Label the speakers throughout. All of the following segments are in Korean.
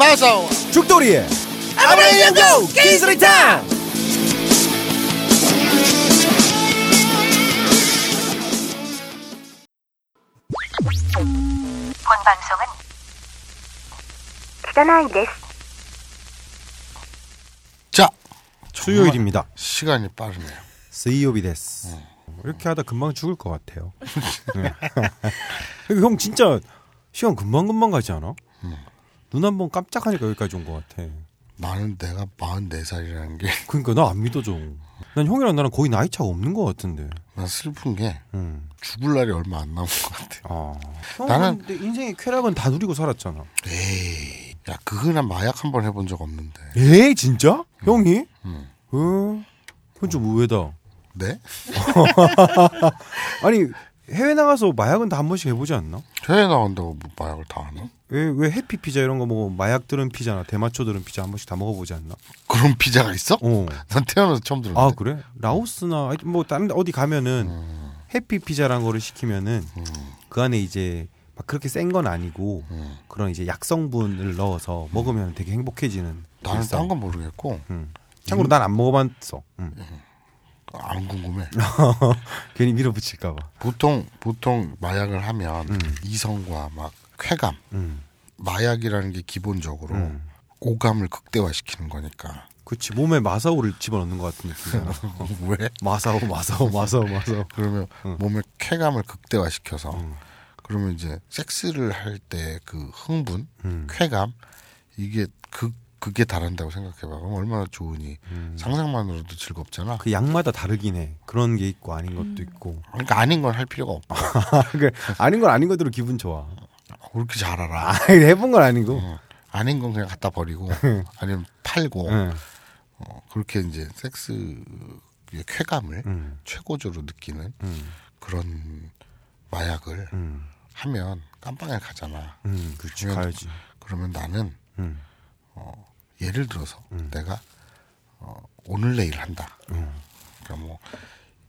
Speaker 1: 어서
Speaker 2: 죽돌이의 아브라함 기스리탕
Speaker 3: 본 방송은 전화이 데스.
Speaker 1: 자
Speaker 2: 수요일입니다.
Speaker 1: 시간이 빠르네요.
Speaker 2: 수요일이 됐어. 이렇게 하다 금방 죽을 것 같아요. 네. 형 진짜 시간 금방 금방 가지 않아? 눈 한 번 깜짝하니까 여기까지 온 것 같아.
Speaker 1: 나는 내가 44살이라는
Speaker 2: 그러니까 나 안 믿어져. 난 형이랑 나랑 거의 나이 차가 없는 것 같은데.
Speaker 1: 게 난 슬픈 게
Speaker 2: 음.
Speaker 1: 죽을 날이 얼마 안 남은 것 같아.
Speaker 2: 아.
Speaker 1: 나는-
Speaker 2: 나는 근데 인생의 쾌락은 다 누리고 살았잖아.
Speaker 1: 에이, 야 그거나 마약 한 번 해본 적 없는데.
Speaker 2: 에 진짜? 형이?
Speaker 1: 음.
Speaker 2: 어? 그건 좀 의외다.
Speaker 1: 네?
Speaker 2: 아니 해외 나가서 마약은 다 한 번씩 해보지 않나?
Speaker 1: 해외 나온다고 뭐 마약을 다 하나?
Speaker 2: 왜, 왜 해피 피자 이런 거 먹어 마약 들은 피자나 대마초 들은 피자 한 번씩 다 먹어보지 않나?
Speaker 1: 그런 피자가 있어?
Speaker 2: 어.
Speaker 1: 난 태어나서 처음 들었는데.
Speaker 2: 아 그래? 음. 라오스나 하여튼 뭐 다른 데 어디 가면은 해피 피자란 거를 시키면은 그 안에 이제 막 그렇게 센 건 아니고
Speaker 1: 음.
Speaker 2: 그런 이제 약성분을 넣어서 먹으면 되게 행복해지는.
Speaker 1: 나는
Speaker 2: 일상.
Speaker 1: 딴 건 모르겠고
Speaker 2: 음. 참고로 난 안 먹어봤어. 음.
Speaker 1: 안 궁금해.
Speaker 2: 아. 괜히 밀어붙일까봐.
Speaker 1: 보통 보통 마약을 하면 이성과 막 쾌감,
Speaker 2: 음.
Speaker 1: 마약이라는 게 기본적으로 오감을 극대화시키는 거니까.
Speaker 2: 그치 몸에 마사오를 집어넣는 것 같은 느낌이야. 음.
Speaker 1: 왜?
Speaker 2: 마사오 마사오 마사오 마사오.
Speaker 1: 그러면 몸의 쾌감을 극대화시켜서 그러면 이제 섹스를 할 때 그 흥분, 쾌감 이게 그 그게 다른다고 생각해봐. 그럼 얼마나 좋으니 상상만으로도 즐겁잖아.
Speaker 2: 그 약마다 다르긴 해. 그런 게 있고 아닌 것도 있고.
Speaker 1: 그러니까 아닌 건 할 필요가 없고
Speaker 2: 그 아닌 건 아닌 것대로 기분 좋아.
Speaker 1: 그렇게 잘 알아.
Speaker 2: 아, 해본 건 아니고.
Speaker 1: 어, 아닌 건 그냥 갖다 버리고 아니면 팔고
Speaker 2: 응.
Speaker 1: 어, 그렇게 이제 섹스의 쾌감을
Speaker 2: 음.
Speaker 1: 최고조로 느끼는 그런 마약을
Speaker 2: 음.
Speaker 1: 하면 깜빵에 가잖아.
Speaker 2: 음, 그렇지.
Speaker 1: 그러면-
Speaker 2: 가야지.
Speaker 1: 그러면 나는
Speaker 2: 음.
Speaker 1: 예를 들어서 내가 어, 오늘 내일 한다.
Speaker 2: 음.
Speaker 1: 그러니까 뭐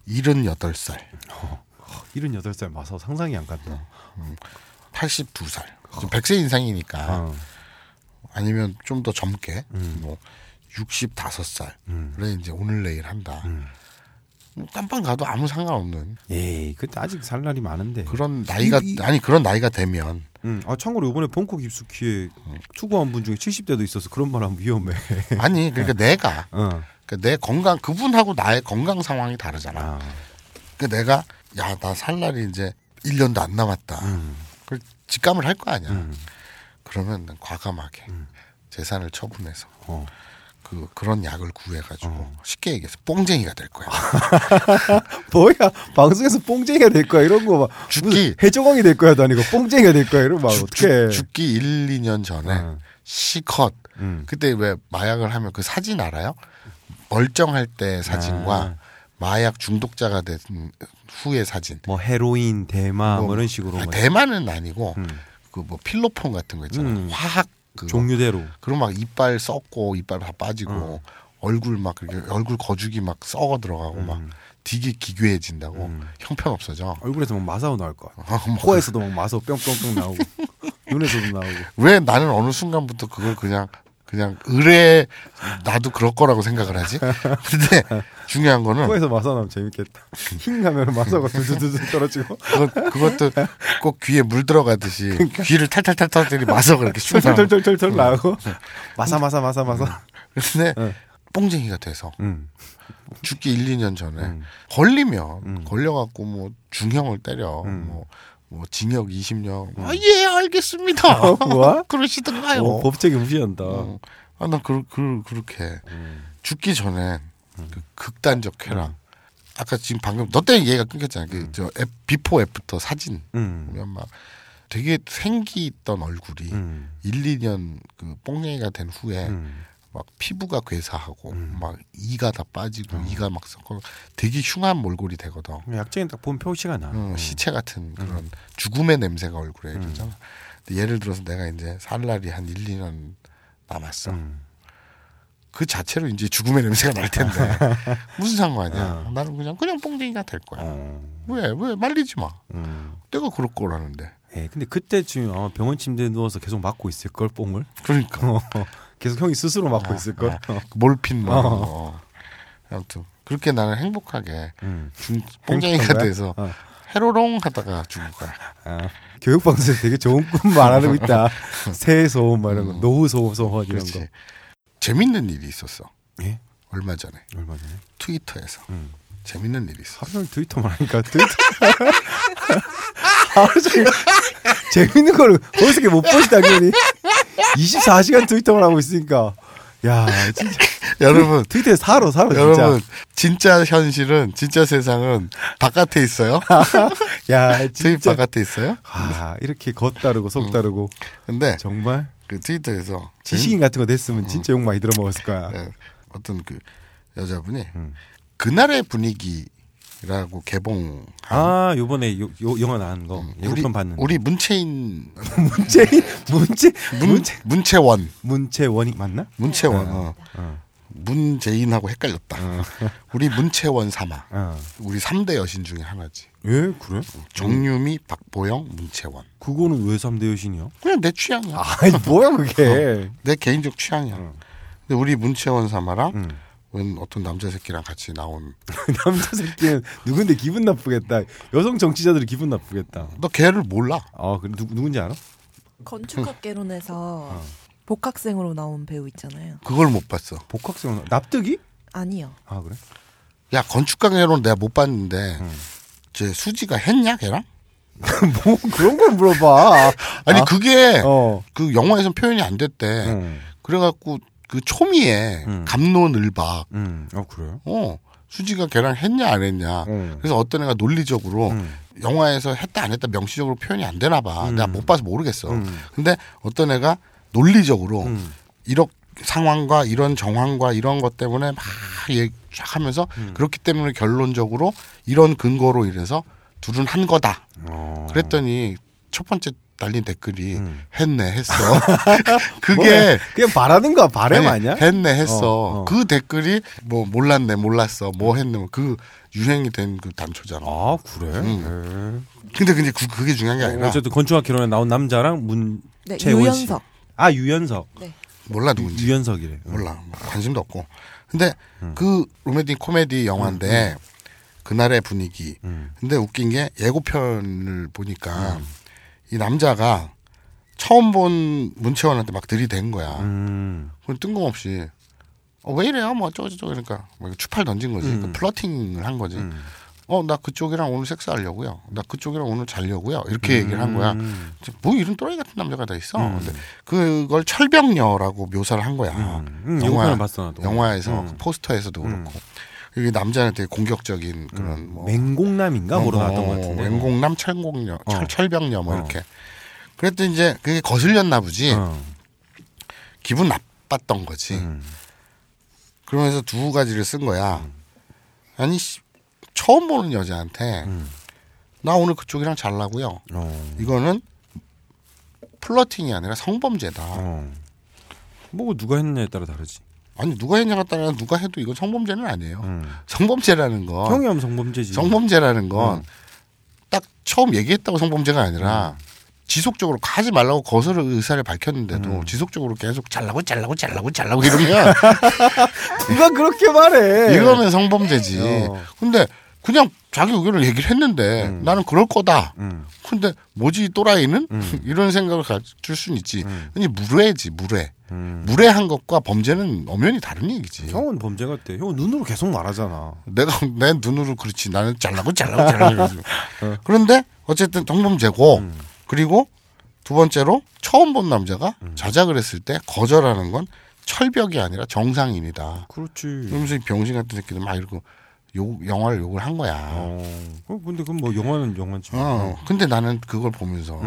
Speaker 1: 일흔여덟 살,
Speaker 2: 일흔 여덟 살 마사오 상상이 안 간다.
Speaker 1: 팔십두 살, 백세 인상이니까
Speaker 2: 어. 음.
Speaker 1: 아니면 좀 더 젊게 뭐 육십다섯 살래 이제 오늘 내일 한다.
Speaker 2: 음.
Speaker 1: 뭐 깜빵 가도 아무 상관없는
Speaker 2: 에이, 예, 그때 아직 살 날이 많은데.
Speaker 1: 그런 나이가
Speaker 2: 이- 이-
Speaker 1: 아니 그런 나이가 되면
Speaker 2: 음. 아, 참고로 이번에 벙커 깊숙이에 추구한 분 중에 70대도 있어서 그런 말 하면 위험해.
Speaker 1: 아니 그러니까 내가
Speaker 2: 어.
Speaker 1: 그러니까 내 건강 그분하고 나의 건강 상황이 다르잖아.
Speaker 2: 아.
Speaker 1: 그러니까 내가 야 나 살 날이 이제 1년도 안 남았다. 그걸 직감을 할 거 아니야. 그러면 난 과감하게 재산을 처분해서
Speaker 2: 어.
Speaker 1: 그 그런 약을 구해가지고 쉽게 얘기해서 뽕쟁이가 될 거야.
Speaker 2: 뭐야 방송에서 뽕쟁이가 될 거야 이런 거 막.
Speaker 1: 죽기.
Speaker 2: 무슨 해적왕이 될 거야도 아니고 뽕쟁이가 될 거야 이런 막
Speaker 1: 죽-
Speaker 2: 어떻게.
Speaker 1: 죽, 기 1, 2년 전에
Speaker 2: 음.
Speaker 1: 시컷
Speaker 2: 음.
Speaker 1: 그때 왜 마약을 하면 그 사진 알아요? 멀쩡할 때 사진과
Speaker 2: 아.
Speaker 1: 마약 중독자가 된 후의 사진.
Speaker 2: 뭐 헤로인, 대마 뭐,
Speaker 1: 뭐,
Speaker 2: 이런 식으로
Speaker 1: 아니,
Speaker 2: 막
Speaker 1: 대만은 아니고 그 뭐 필로폰 같은 거 있잖아요.
Speaker 2: 음.
Speaker 1: 화학 그
Speaker 2: 종류대로.
Speaker 1: 그럼 막 이빨 썩고 이빨 다 빠지고 얼굴 막 그렇게 얼굴 거죽이 막 썩어 들어가고 막 되게 기괴해진다고 형편 없어져. 뭐
Speaker 2: 얼굴에서 막 마사오 나올 거야. 코에서도 막 마사오 뿅뿅뿅 나오고 눈에서도 나오고.
Speaker 1: 왜 나는 어느 순간부터 그걸 그냥 그냥 의뢰 나도 그럴 거라고 생각을 하지. 근데 중요한 거는
Speaker 2: 코에서 마사오 나면 재밌겠다. 흰 가면 마사오가 두두두두 떨어지고
Speaker 1: 그것, 그것도 꼭 귀에 물 들어가듯이 귀를 탈탈탈 그러니까. 탈들이 마서 그렇게 슝 나오고.
Speaker 2: 털털털털털 나오고 마사 마사 마사 마사.
Speaker 1: 근데
Speaker 2: 응.
Speaker 1: 뽕쟁이가 돼서
Speaker 2: 음.
Speaker 1: 죽기 1, 2년 전에 걸리면 걸려갖고 뭐 중형을 때려 뭐, 뭐 징역 20년 아예 알겠습니다
Speaker 2: 어, 뭐야?
Speaker 1: 그러시던가요
Speaker 2: 어, 법칙이 무시한다.
Speaker 1: 어. 아, 난 그, 그, 그렇게
Speaker 2: 음.
Speaker 1: 죽기 전에 그 극단적 쾌락 아까 지금 방금 너 때문에 얘기가 끊겼잖아 그저 비포 애프터 사진
Speaker 2: 음.
Speaker 1: 보면 막 되게 생기 있던 얼굴이
Speaker 2: 음.
Speaker 1: 1, 2년 그 뽕냉이가 된 후에
Speaker 2: 음.
Speaker 1: 막 피부가 괴사하고 막 이가 다 빠지고
Speaker 2: 어.
Speaker 1: 이가 막 썩고 되게 흉한 몰골이 되거든.
Speaker 2: 약쟁이 딱 보면 표시가 나.
Speaker 1: 어, 시체 같은
Speaker 2: 음.
Speaker 1: 그런 죽음의 냄새가 얼굴에 있잖아. 근데 예를 들어서 내가 이제 살 날이 한 1, 2년 남았어.
Speaker 2: 음.
Speaker 1: 그 자체로 이제 죽음의 냄새가 날 텐데 무슨 상관이야? 나는 그냥 그냥 뽕쟁이가 될 거야.
Speaker 2: 어.
Speaker 1: 왜 왜 말리지 마.
Speaker 2: 음.
Speaker 1: 내가 그럴 거라는데.
Speaker 2: 예, 근데 그때쯤 아마 병원 침대에 누워서 계속 맞고 있을 걸 뽕을 어,
Speaker 1: 그러니까
Speaker 2: 계속 형이 스스로 맞고 있을 걸. 어,
Speaker 1: 그 몰핀 뭐 이런 거. 아무튼 그렇게 나는 행복하게
Speaker 2: 음.
Speaker 1: 중 뽕쟁이가
Speaker 2: 행복한 거야?
Speaker 1: 돼서
Speaker 2: 어.
Speaker 1: 해로롱 하다가 죽은 거야.
Speaker 2: 아, 교육 방송에서 되게 좋은 꿈 말하고 있다. 새 소음 말하고 노후 소음 소원 이런
Speaker 1: 그렇지.
Speaker 2: 거.
Speaker 1: 재밌는 일이 있었어.
Speaker 2: 예?
Speaker 1: 얼마 전에
Speaker 2: 얼마 전에
Speaker 1: 트위터에서
Speaker 2: 음.
Speaker 1: 재밌는 일이 있어.
Speaker 2: 하루 종일 트위터만 하니까 트위터. 하루 종일 재밌는 거를 거기서 이렇게 못 보시 당연히 24시간 트위터만 하고 있으니까 야 진짜
Speaker 1: 여러분,
Speaker 2: 트위터에 살아 살아 진짜.
Speaker 1: 여러분 진짜 현실은 진짜 세상은 바깥에 있어요.
Speaker 2: 야
Speaker 1: 트윗
Speaker 2: 아, 진짜.
Speaker 1: 바깥에 음. 있어요.
Speaker 2: 아 이렇게 겉다르고 속다르고
Speaker 1: 근데
Speaker 2: 정말
Speaker 1: 그 트위터에서
Speaker 2: 지식인 같은 거 됐으면 진짜
Speaker 1: 음.
Speaker 2: 욕 많이 들어먹었을 거야.
Speaker 1: 예, 어떤 그 여자분이
Speaker 2: 음.
Speaker 1: 그날의 분위기라고 개봉
Speaker 2: 아 요번에 요, 요 영화 나온 거
Speaker 1: 음. 우리
Speaker 2: 예고편 음, 봤는데
Speaker 1: 우리 문체인
Speaker 2: 문재인 문재
Speaker 1: 문,
Speaker 2: 문재
Speaker 1: 문채원
Speaker 2: 문재원이 맞나?
Speaker 1: 문채원 어.
Speaker 2: 어.
Speaker 1: 문재인하고 헷갈렸다. 우리 문채원 삼아
Speaker 2: 어.
Speaker 1: 우리 삼대 여신 중에 하나지.
Speaker 2: 예 그래?
Speaker 1: 정유미, 박보영, 문채원.
Speaker 2: 그거는 왜 3대 여신이야?
Speaker 1: 그냥 내 취향이야.
Speaker 2: 아이 뭐야 그게?
Speaker 1: 내 개인적 취향이야. 근데 우리 문채원 삼아랑
Speaker 2: 음.
Speaker 1: 웬 어떤 남자 새끼랑 같이 나온
Speaker 2: 남자 새끼는 누군데 기분 나쁘겠다. 여성 정치자들이 기분 나쁘겠다.
Speaker 1: 너 걔를 몰라.
Speaker 2: 아 그래 누, 누군지 알아? 어.
Speaker 3: 건축학개론에서 복학생으로 나온 배우 있잖아요.
Speaker 1: 그걸 못 봤어.
Speaker 2: 복학생 납득이?
Speaker 3: 아니요.
Speaker 2: 아 그래?
Speaker 1: 야 건축강의론 내가 못 봤는데 제 수지가 했냐 걔랑?
Speaker 2: 뭐 그런 걸 물어봐.
Speaker 1: 아니
Speaker 2: 아,
Speaker 1: 그게
Speaker 2: 어.
Speaker 1: 그 영화에선 표현이 안 됐대.
Speaker 2: 음.
Speaker 1: 그래갖고 그 초미에
Speaker 2: 음.
Speaker 1: 감론을박
Speaker 2: 음. 아 그래요?
Speaker 1: 어 수지가 걔랑 했냐 안 했냐.
Speaker 2: 음.
Speaker 1: 그래서 어떤 애가 논리적으로
Speaker 2: 음.
Speaker 1: 영화에서 했다 안 했다 명시적으로 표현이 안 되나 봐.
Speaker 2: 음.
Speaker 1: 내가 못 봐서 모르겠어.
Speaker 2: 음.
Speaker 1: 근데 어떤 애가 논리적으로
Speaker 2: 음.
Speaker 1: 이런 상황과 이런 정황과 이런 것 때문에 막 얘기 쫙 하면서
Speaker 2: 음.
Speaker 1: 그렇기 때문에 결론적으로 이런 근거로 이래서 둘은 한 거다.
Speaker 2: 어.
Speaker 1: 그랬더니 첫 번째 달린 댓글이
Speaker 2: 음.
Speaker 1: 했네 했어.
Speaker 2: 뭐야,
Speaker 1: 그게
Speaker 2: 그냥 바라는 거야 바램
Speaker 1: 아니,
Speaker 2: 아니야?
Speaker 1: 했네 했어.
Speaker 2: 어, 어.
Speaker 1: 그 댓글이 뭐 몰랐네 몰랐어 뭐 했네 뭐 그 유행이 된 그 단초잖아.
Speaker 2: 아 그래?
Speaker 1: 근데 근데 그, 그게 중요한 게
Speaker 2: 네.
Speaker 1: 아니라
Speaker 2: 어쨌든 건축학 결혼에 나온 남자랑 문
Speaker 3: 네,
Speaker 2: 최원 씨.
Speaker 3: 유연석.
Speaker 2: 아 유연석.
Speaker 3: 네.
Speaker 1: 몰라 누군지.
Speaker 2: 유연석이래. 응.
Speaker 1: 몰라 뭐 관심도 없고 근데 그 로맨틱 코미디 영화인데 그날의 분위기
Speaker 2: 음.
Speaker 1: 근데 웃긴 게 예고편을 보니까 이 남자가 처음 본 문채원한테 막 들이댄 거야
Speaker 2: 음.
Speaker 1: 그건 뜬금없이 어, 왜 이래요 뭐 어쩌고저쩌고 그러니까 뭐 이렇게 추팔 던진 거지 그 플러팅을 한 거지 어 나 그쪽이랑 오늘 섹스하려고요 나 그쪽이랑 오늘 자려고요 이렇게 얘기를 한 거야
Speaker 2: 음.
Speaker 1: 뭐 이런 또라이 같은 남자가 다 있어 근데 그걸 철벽녀라고 묘사를 한 거야
Speaker 2: 음, 영화는 봤어 나도.
Speaker 1: 영화에서
Speaker 2: 음. 음.
Speaker 1: 그 포스터에서도 그렇고 여기 남자는 되게 공격적인 그런 뭐
Speaker 2: 어, 맹공남인가 뭐로 나왔던 것 같은데.
Speaker 1: 맹공남 철공녀
Speaker 2: 어.
Speaker 1: 철, 철벽녀 뭐
Speaker 2: 어.
Speaker 1: 이렇게 그랬더니 이제 그게 거슬렸나 보지
Speaker 2: 어.
Speaker 1: 기분 나빴던 거지
Speaker 2: 음.
Speaker 1: 그러면서 두 가지를 쓴 거야 아니 씨, 처음 보는 여자한테
Speaker 2: 음.
Speaker 1: 나 오늘 그쪽이랑 잘라고요
Speaker 2: 어.
Speaker 1: 이거는 플러팅이 아니라 성범죄다
Speaker 2: 어. 뭐 누가 했느냐에 따라 다르지.
Speaker 1: 아니 누가 했냐가 따라 누가 해도 이건 성범죄는 아니에요
Speaker 2: 음.
Speaker 1: 성범죄라는 건
Speaker 2: 형이 음. 하면 아, 성범죄지.
Speaker 1: 성범죄라는 건 딱 처음 얘기했다고 성범죄가
Speaker 2: 음.
Speaker 1: 아니라 지속적으로 하지 말라고 거절 의사를 밝혔는데도
Speaker 2: 음.
Speaker 1: 지속적으로 계속 잘라고 잘라고 잘라고 잘라고 이러면
Speaker 2: 누가 그렇게 말해?
Speaker 1: 이거는 성범죄지.
Speaker 2: 예. 어.
Speaker 1: 근데 그냥 자기 의견을 얘기를 했는데 나는 그럴 거다.
Speaker 2: 음.
Speaker 1: 근데 뭐지 이 또라이는 이런 생각을 가질 수는 있지. 근데 무례지 무례.
Speaker 2: 음.
Speaker 1: 무례한 것과 범죄는 엄연히 다른 얘기지.
Speaker 2: 형은 범죄 같아. 형은 눈으로 계속 말하잖아.
Speaker 1: 내가 내 눈으로 그렇지 나는 잘라고 잘라고 잘라고 그러지. 그런데 어쨌든 성범죄고
Speaker 2: 음.
Speaker 1: 그리고 두 번째로 처음 본 남자가 자작을 했을 때 거절하는 건 철벽이 아니라
Speaker 2: 음.
Speaker 1: 정상인이다
Speaker 2: 그렇지.
Speaker 1: 그러면서 이 병신 같은 새끼들 막 이러고 욕, 영화를 욕을 한 거야
Speaker 2: 어. 어, 근데 그럼 뭐 영화는 영화지.
Speaker 1: 어. 근데 나는 그걸 보면서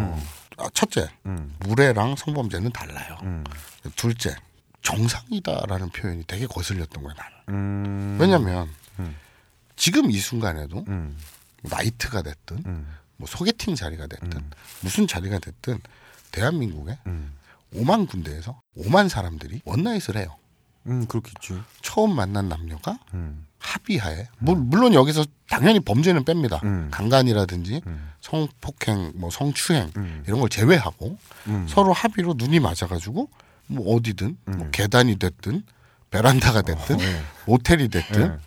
Speaker 1: 아, 첫째
Speaker 2: 음.
Speaker 1: 무례랑 성범죄는 달라요
Speaker 2: 음.
Speaker 1: 둘째 정상이다라는 표현이 되게 거슬렸던 거야 나는
Speaker 2: 음.
Speaker 1: 왜냐면
Speaker 2: 음.
Speaker 1: 지금 이 순간에도
Speaker 2: 음.
Speaker 1: 나이트가 됐든
Speaker 2: 음.
Speaker 1: 뭐 소개팅 자리가 됐든 무슨 자리가 됐든 대한민국에
Speaker 2: 음.
Speaker 1: 5만 군데에서 5만 사람들이 원나잇을 해요.
Speaker 2: 음 그렇겠지.
Speaker 1: 처음 만난 남녀가
Speaker 2: 음.
Speaker 1: 합의하에 물- 물론 여기서 당연히 범죄는 뺍니다.
Speaker 2: 음.
Speaker 1: 강간이라든지
Speaker 2: 음.
Speaker 1: 성폭행, 뭐 성추행
Speaker 2: 음.
Speaker 1: 이런 걸 제외하고
Speaker 2: 음.
Speaker 1: 서로 합의로 눈이 맞아가지고 뭐 어디든
Speaker 2: 음.
Speaker 1: 뭐 계단이 됐든 베란다가 됐든 모텔이 됐든
Speaker 2: 어, 예.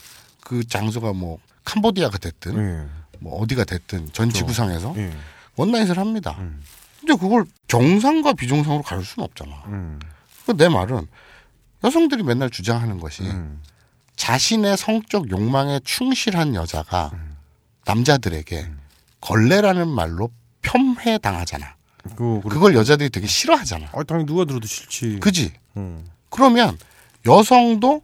Speaker 1: 그 장소가 뭐 캄보디아가 됐든
Speaker 2: 예.
Speaker 1: 뭐 어디가 됐든 전 지구상에서
Speaker 2: 예.
Speaker 1: 원나잇을 합니다.
Speaker 2: 음.
Speaker 1: 근데 그걸 정상과 비정상으로 가릴 수는 없잖아.
Speaker 2: 음.
Speaker 1: 그 내 말은 여성들이 맨날 주장하는 것이
Speaker 2: 음.
Speaker 1: 자신의 성적 욕망에 충실한 여자가
Speaker 2: 음.
Speaker 1: 남자들에게 걸레라는 말로 폄훼 당하잖아.
Speaker 2: 그거 그래.
Speaker 1: 그걸 여자들이 되게 싫어하잖아.
Speaker 2: 아 당연히 누가 들어도 싫지.
Speaker 1: 그지?
Speaker 2: 음.
Speaker 1: 그러면 여성도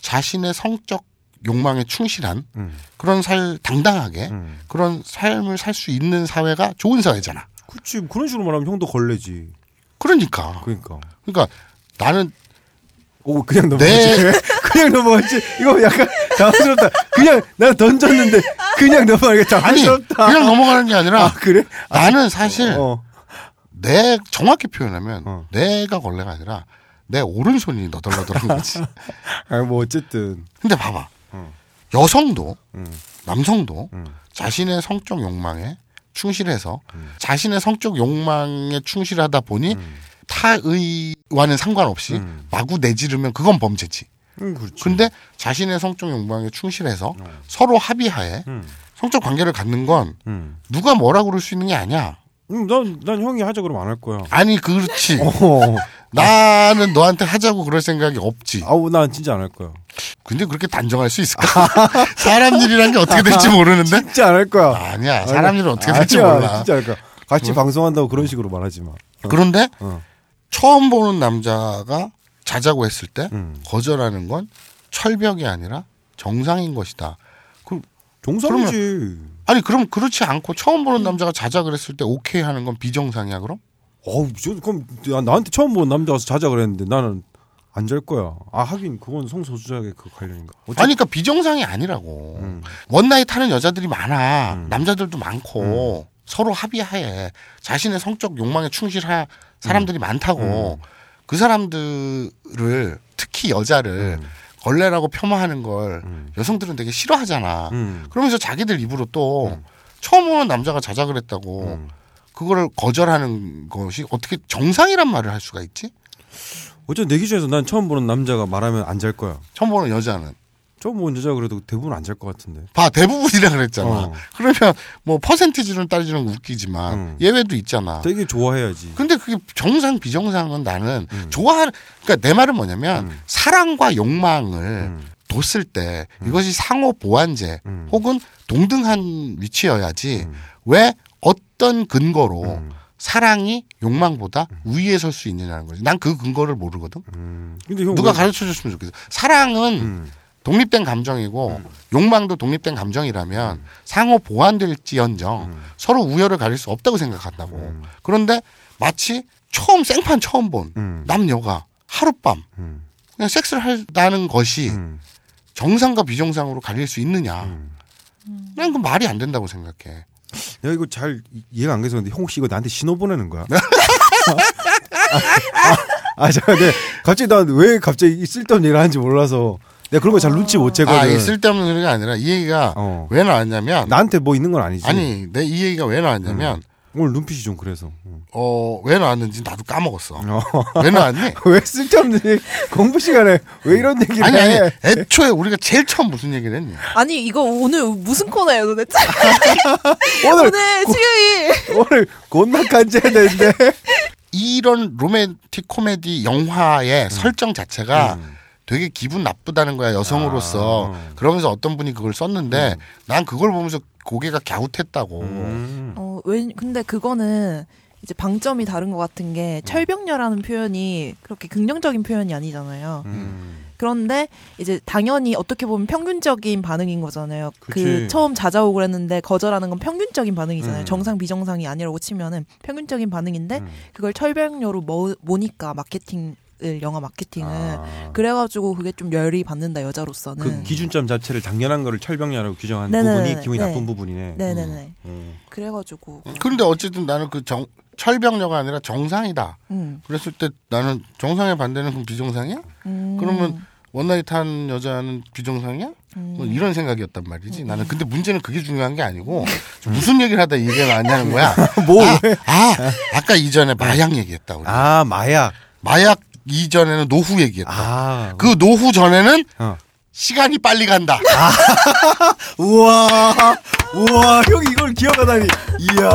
Speaker 1: 자신의 성적 욕망에 충실한
Speaker 2: 음.
Speaker 1: 그런 살 당당하게
Speaker 2: 음.
Speaker 1: 그런 삶을 살 수 있는 사회가 좋은 사회잖아.
Speaker 2: 그치 그런 식으로 말하면 형도 걸레지.
Speaker 1: 그러니까.
Speaker 2: 그러니까.
Speaker 1: 그러니까 나는
Speaker 2: 오 그냥
Speaker 1: 네.
Speaker 2: 넘어가지 그냥 넘어가지 이거 약간 당황스럽다 그냥 나 던졌는데 그냥 넘어가니까
Speaker 1: 아니
Speaker 2: 당황스럽다
Speaker 1: 그냥 넘어가는 게 아니라
Speaker 2: 아 그래
Speaker 1: 나는 사실
Speaker 2: 어
Speaker 1: 내 정확히 표현하면
Speaker 2: 어.
Speaker 1: 내가 걸레가 아니라 내 오른손이 너덜너덜한
Speaker 2: 아,
Speaker 1: 거지.
Speaker 2: 아니 뭐 어쨌든
Speaker 1: 근데 봐봐.
Speaker 2: 음.
Speaker 1: 여성도
Speaker 2: 음.
Speaker 1: 남성도
Speaker 2: 음.
Speaker 1: 자신의 성적 욕망에 충실해서
Speaker 2: 음.
Speaker 1: 자신의 성적 욕망에 충실하다 보니 타의와는 상관없이
Speaker 2: 음.
Speaker 1: 마구 내지르면 그건 범죄지.
Speaker 2: 음 그렇지
Speaker 1: 근데 자신의 성적 욕망에 충실해서
Speaker 2: 음.
Speaker 1: 서로 합의하에 성적 관계를 갖는 건
Speaker 2: 음음난난
Speaker 1: 누가 뭐라 그럴 수 있는 게 아니야.
Speaker 2: 난 형이 하자 그러면 안 할 거야
Speaker 1: 아니 그렇지.
Speaker 2: 어아난
Speaker 1: 나는 너한테 하자고 그럴 생각이 없지.
Speaker 2: 진짜 안 할 거야
Speaker 1: 근데 그렇게 단정할 수 있을까? 사람 일이란 게 어떻게 될지 모르는데.
Speaker 2: 진짜 안 할 거야
Speaker 1: 아니야. 사람 일은 어떻게
Speaker 2: 아니야,
Speaker 1: 될지 몰라.
Speaker 2: 진짜 안 할 거야 같이 방송한다고 그런 식으로 말하지 마
Speaker 1: 그런데
Speaker 2: 어.
Speaker 1: 처음 보는 남자가 자자고 했을 때
Speaker 2: 음.
Speaker 1: 거절하는 건 철벽이 아니라 정상인 것이다. 그,
Speaker 2: 종성이지
Speaker 1: 아니 그럼 그렇지 않고 처음 보는 남자가 자자 그랬을 때 오케이 하는 건 비정상이야 그럼?
Speaker 2: 어우, 저, 그럼 나- 나한테 처음 본 남자 와서 자자 그랬는데 나는 안 잘 거야. 아 하긴 그건 성소수자의 그 관련인가. 어째-
Speaker 1: 아니 그러니까 비정상이 아니라고.
Speaker 2: 음.
Speaker 1: 원나잇 하는 여자들이 많아. 남자들도 많고
Speaker 2: 음.
Speaker 1: 서로 합의하에 자신의 성적 욕망에 충실한 사람들이
Speaker 2: 음.
Speaker 1: 많다고. 그 사람들을 특히 여자를
Speaker 2: 음.
Speaker 1: 걸레라고 폄하하는 걸 여성들은 되게 싫어하잖아.
Speaker 2: 음.
Speaker 1: 그러면서 자기들 입으로 또 처음 오는 남자가 자자 그랬다고
Speaker 2: 음.
Speaker 1: 그거를 거절하는 것이 어떻게 정상이란 말을 할 수가 있지?
Speaker 2: 어쨌든 내 기준에서 난 처음 보는 남자가 말하면 안 잘 거야.
Speaker 1: 처음 보는 여자는
Speaker 2: 처음 본 여자 가 그래도 대부분 안 잘 것 같은데.
Speaker 1: 봐 대부분이라 그랬잖아.
Speaker 2: 어.
Speaker 1: 그러면 뭐 퍼센티지로 따지는 건 웃기지만
Speaker 2: 음.
Speaker 1: 예외도 있잖아.
Speaker 2: 되게 좋아해야지.
Speaker 1: 근데 그게 정상 비정상은 나는
Speaker 2: 음.
Speaker 1: 좋아 그러니까 내 말은 뭐냐면 사랑과 욕망을 뒀을 때 이것이 상호 보완제
Speaker 2: 음.
Speaker 1: 혹은 동등한 위치여야지 왜 어떤 근거로
Speaker 2: 음.
Speaker 1: 사랑이 욕망보다 위에 설 수 있느냐는 거지. 난 그 근거를 모르거든.
Speaker 2: 음. 근데 형
Speaker 1: 누가
Speaker 2: 왜-
Speaker 1: 가르쳐 줬으면 좋겠어. 사랑은
Speaker 2: 음.
Speaker 1: 독립된 감정이고 욕망도 독립된 감정이라면
Speaker 2: 음.
Speaker 1: 상호 보완될지언정 서로 우열을 가릴 수 없다고 생각한다고. 그런데 마치 처음 생판 처음 본
Speaker 2: 음.
Speaker 1: 남녀가 하룻밤
Speaker 2: 음.
Speaker 1: 그냥 섹스를 한다는 것이
Speaker 2: 음.
Speaker 1: 정상과 비정상으로 갈릴 수 있느냐? 난 그 말이 안 된다고 생각해.
Speaker 2: 내가 이거 잘 이- 이해가 안 돼서 근데 형 혹시 이거 나한테 신호 보내는 거야? 아, 아, 아 잠깐, 내 갑자기 난 왜 갑자기 이 쓸데없는 일을 하는지 몰라서 내가 그런 거 잘 눈치 못 채거든.
Speaker 1: 아, 이 쓸데없는 소리가 아니라 이 얘기가
Speaker 2: 어.
Speaker 1: 왜 나왔냐면
Speaker 2: 나한테 음. 뭐 있는 건 아니지.
Speaker 1: 아니 내 이 얘기가 왜 나왔냐면
Speaker 2: 오늘 눈빛이 좀 그래서. 응.
Speaker 1: 어 왜 나왔는지 나도 까먹었어.
Speaker 2: 어.
Speaker 1: 왜 나왔니?
Speaker 2: 왜 쓸데없는 얘기- 공부 시간에 왜 이런 얘기를
Speaker 1: 아니
Speaker 2: 해?
Speaker 1: 아니 애초에 우리가 제일 처음 무슨 얘기를 했니?
Speaker 3: 아니 이거 오늘 무슨 코너예요 도대체?
Speaker 2: 오늘
Speaker 3: 오늘 수요일.
Speaker 2: 오늘 곧막 간지해야 되는데.
Speaker 1: 이런 로맨틱 코미디 영화의 설정 자체가 되게 기분 나쁘다는 거야 여성으로서
Speaker 2: 음. 아, 음.
Speaker 1: 그러면서 어떤 분이 그걸 썼는데 난 그걸 보면서 고개가 갸웃했다고
Speaker 2: 음.
Speaker 3: 어, 왜 근데 그거는 이제 방점이 다른 것 같은
Speaker 2: 음.
Speaker 3: 게 철벽녀라는 표현이 그렇게 긍정적인 표현이 아니잖아요.
Speaker 2: 음.
Speaker 3: 그런데 이제 당연히 어떻게 보면 평균적인 반응인 거잖아요. 그
Speaker 2: 그치.
Speaker 3: 처음 자자고 그랬는데 거절하는 건 평균적인 반응이잖아요.
Speaker 2: 음.
Speaker 3: 정상 비정상이 아니라고 치면은 평균적인 반응인데
Speaker 2: 음.
Speaker 3: 그걸 철벽녀로 모, 모니까 마케팅을 영화 마케팅을
Speaker 2: 아.
Speaker 3: 그래가지고 그게 좀 열이 받는다 여자로서는.
Speaker 2: 그 기준점 자체를 당연한 거를 철벽녀라고 규정하는
Speaker 3: 네. 네네네.
Speaker 2: 부분이 기분이
Speaker 3: 네.
Speaker 2: 나쁜 부분이네.
Speaker 3: 네네네.
Speaker 2: 음.
Speaker 3: 그래가지고
Speaker 1: 근데 어쨌든 나는 그 정, 철벽녀가 아니라 정상이다.
Speaker 3: 음.
Speaker 1: 그랬을 때 나는 정상에 반대는 그럼 비정상이야?
Speaker 3: 음.
Speaker 1: 그러면 원나잇 한 여자는 비정상이야? 뭐 이런 생각이었단 말이지. 나는 근데 문제는 그게 중요한 게 아니고 무슨 얘기를 하다 이 얘기가 나냐는 거야.
Speaker 2: 뭐?
Speaker 1: 아, 아, 아까 이전에 마약 얘기했다 우리.
Speaker 2: 아 마약.
Speaker 1: 마약 이전에는 노후 얘기했다.
Speaker 2: 아.
Speaker 1: 그 노후 전에는
Speaker 2: 어.
Speaker 1: 시간이 빨리 간다.
Speaker 2: 아. 우와. 우와 형 이걸 기억하다니. 이야.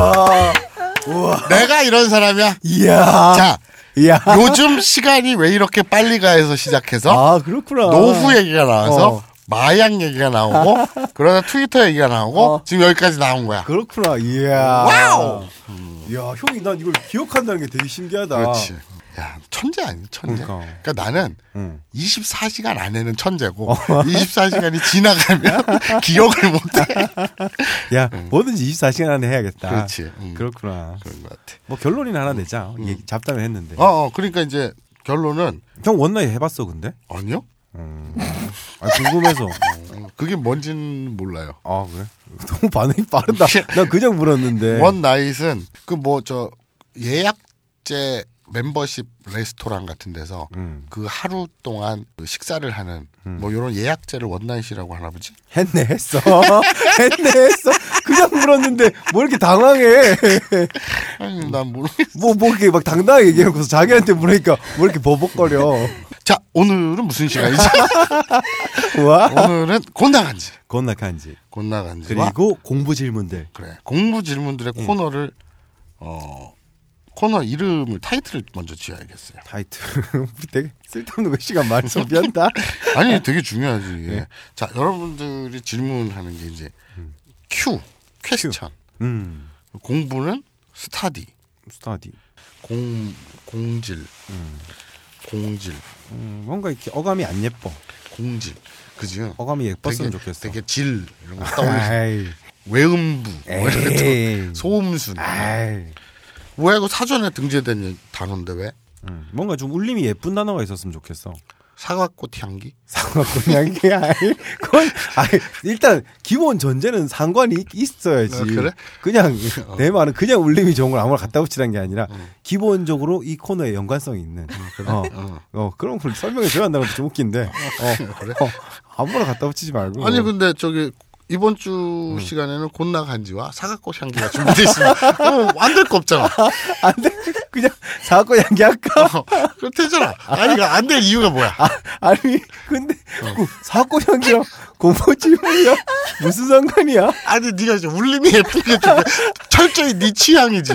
Speaker 2: 우와.
Speaker 1: 내가 이런 사람이야.
Speaker 2: 이야.
Speaker 1: 자,
Speaker 2: 이야.
Speaker 1: 요즘 시간이 왜 이렇게 빨리 가에서 시작해서
Speaker 2: 아 그렇구나.
Speaker 1: 노후 얘기가 나와서
Speaker 2: 어.
Speaker 1: 마약 얘기가 나오고 그러다 트위터 얘기가 나오고
Speaker 2: 어.
Speaker 1: 지금 여기까지 나온 거야.
Speaker 2: 그렇구나. 이야.
Speaker 1: 와우.
Speaker 2: 이야 형이 난 이걸 기억한다는 게 되게 신기하다.
Speaker 1: 그렇지. 야, 천재 아니야, 천재.
Speaker 2: 아. 그러니까. 음.
Speaker 1: 그러니까 나는
Speaker 2: 응.
Speaker 1: 24시간 안에는 천재고
Speaker 2: 어.
Speaker 1: 24시간이 지나가면 기억을 못해.
Speaker 2: 야 뭐든지 24시간 안에 해야겠다.
Speaker 1: 그렇지. 음.
Speaker 2: 그렇구나.
Speaker 1: 그런 것 같아.
Speaker 2: 뭐 결론이나 하나 내자. 얘기 잡담을 했는데.
Speaker 1: 어, 어, 그러니까 이제 결론은
Speaker 2: 형 원나잇 해봤어 근데?
Speaker 1: 아니요.
Speaker 2: 아 궁금해서.
Speaker 1: 어, 그게 뭔지는 몰라요.
Speaker 2: 아 그래? 너무 반응이 빠르다. 나 그냥 물었는데.
Speaker 1: 원 나잇은 그 뭐 저 예약제 멤버십 레스토랑 같은 데서
Speaker 2: 음.
Speaker 1: 그 하루 동안 그 식사를 하는 뭐 이런 예약제를 원 나잇이라고 하나 보지.
Speaker 2: 했네 했어. 했네 했어. 그냥 물었는데 뭐 이렇게 당황해.
Speaker 1: 아니, 난 모르겠.
Speaker 2: 뭐 뭐 이렇게 막 당당하게 얘기하고서 자기한테 물으니까 뭐 이렇게 버벅거려.
Speaker 1: 자, 오늘은 무슨 시간이지?
Speaker 2: 와.
Speaker 1: 오늘은 곤나간지.
Speaker 2: 건나간지.
Speaker 1: 곤나간지와
Speaker 2: 그리고 음. 공부 질문들.
Speaker 1: 그래 공부 질문들의 코너를 어 코너 이름을 타이틀을 먼저 지어야겠어요.
Speaker 2: 타이틀. 되게 쓸데없는 거 시간 많이 소비한다.
Speaker 1: 아니 되게 중요하지 이게.
Speaker 2: 네.
Speaker 1: 자 여러분들이 질문하는 게 이제 큐 퀘스천
Speaker 2: 음.
Speaker 1: 공부는 스타디
Speaker 2: 스타디.
Speaker 1: 공 공질 공질
Speaker 2: 음, 뭔가 이렇게 어감이 안 예뻐.
Speaker 1: 공질 그지요?
Speaker 2: 어감이 예뻤으면
Speaker 1: 되게,
Speaker 2: 좋겠어.
Speaker 1: 되게 질 이런 거 떠올리지.
Speaker 2: 아이. 아,
Speaker 1: 외음부 뭐 이런 거
Speaker 2: 에이.
Speaker 1: 소음순
Speaker 2: 아이.
Speaker 1: 왜 이거 사전에 등재된 단어인데 왜
Speaker 2: 음, 뭔가 좀 울림이 예쁜 단어가 있었으면 좋겠어.
Speaker 1: 사과꽃 향기
Speaker 2: 상관이 게 아니 그건 아니 일단 기본 전제는 상관이 있- 있어야지.
Speaker 1: 아, 그래? 어.
Speaker 2: 냥내 말은 그냥 울림이 좋은 걸 아무나 갖다 붙이는 게 아니라 기본적으로 이 코너에 연관성이 있는.
Speaker 1: 아,
Speaker 2: 어, 어, 그런 걸 설명해 줘야 한다는 것도 좀 웃긴데. 어, 어, 아무나 갖다 붙이지 말고.
Speaker 1: 아니 그- 근데 저기 이번 주
Speaker 2: 음.
Speaker 1: 시간에는 곤나간지와 사각꽃 향기가 준비돼 있습니다. 어, 안될 거 없잖아.
Speaker 2: 안 돼. 그냥 사고 양기 할까?
Speaker 1: 어, 그럼 되잖아. 아니 이거 안 될 이유가 뭐야?
Speaker 2: 아, 아니 근데
Speaker 1: 어.
Speaker 2: 그 사고 향기랑 공포 질문이야 무슨 상관이야?
Speaker 1: 아니 네가 이제 울림이 예쁘게 좀 철저히 네 취향이지.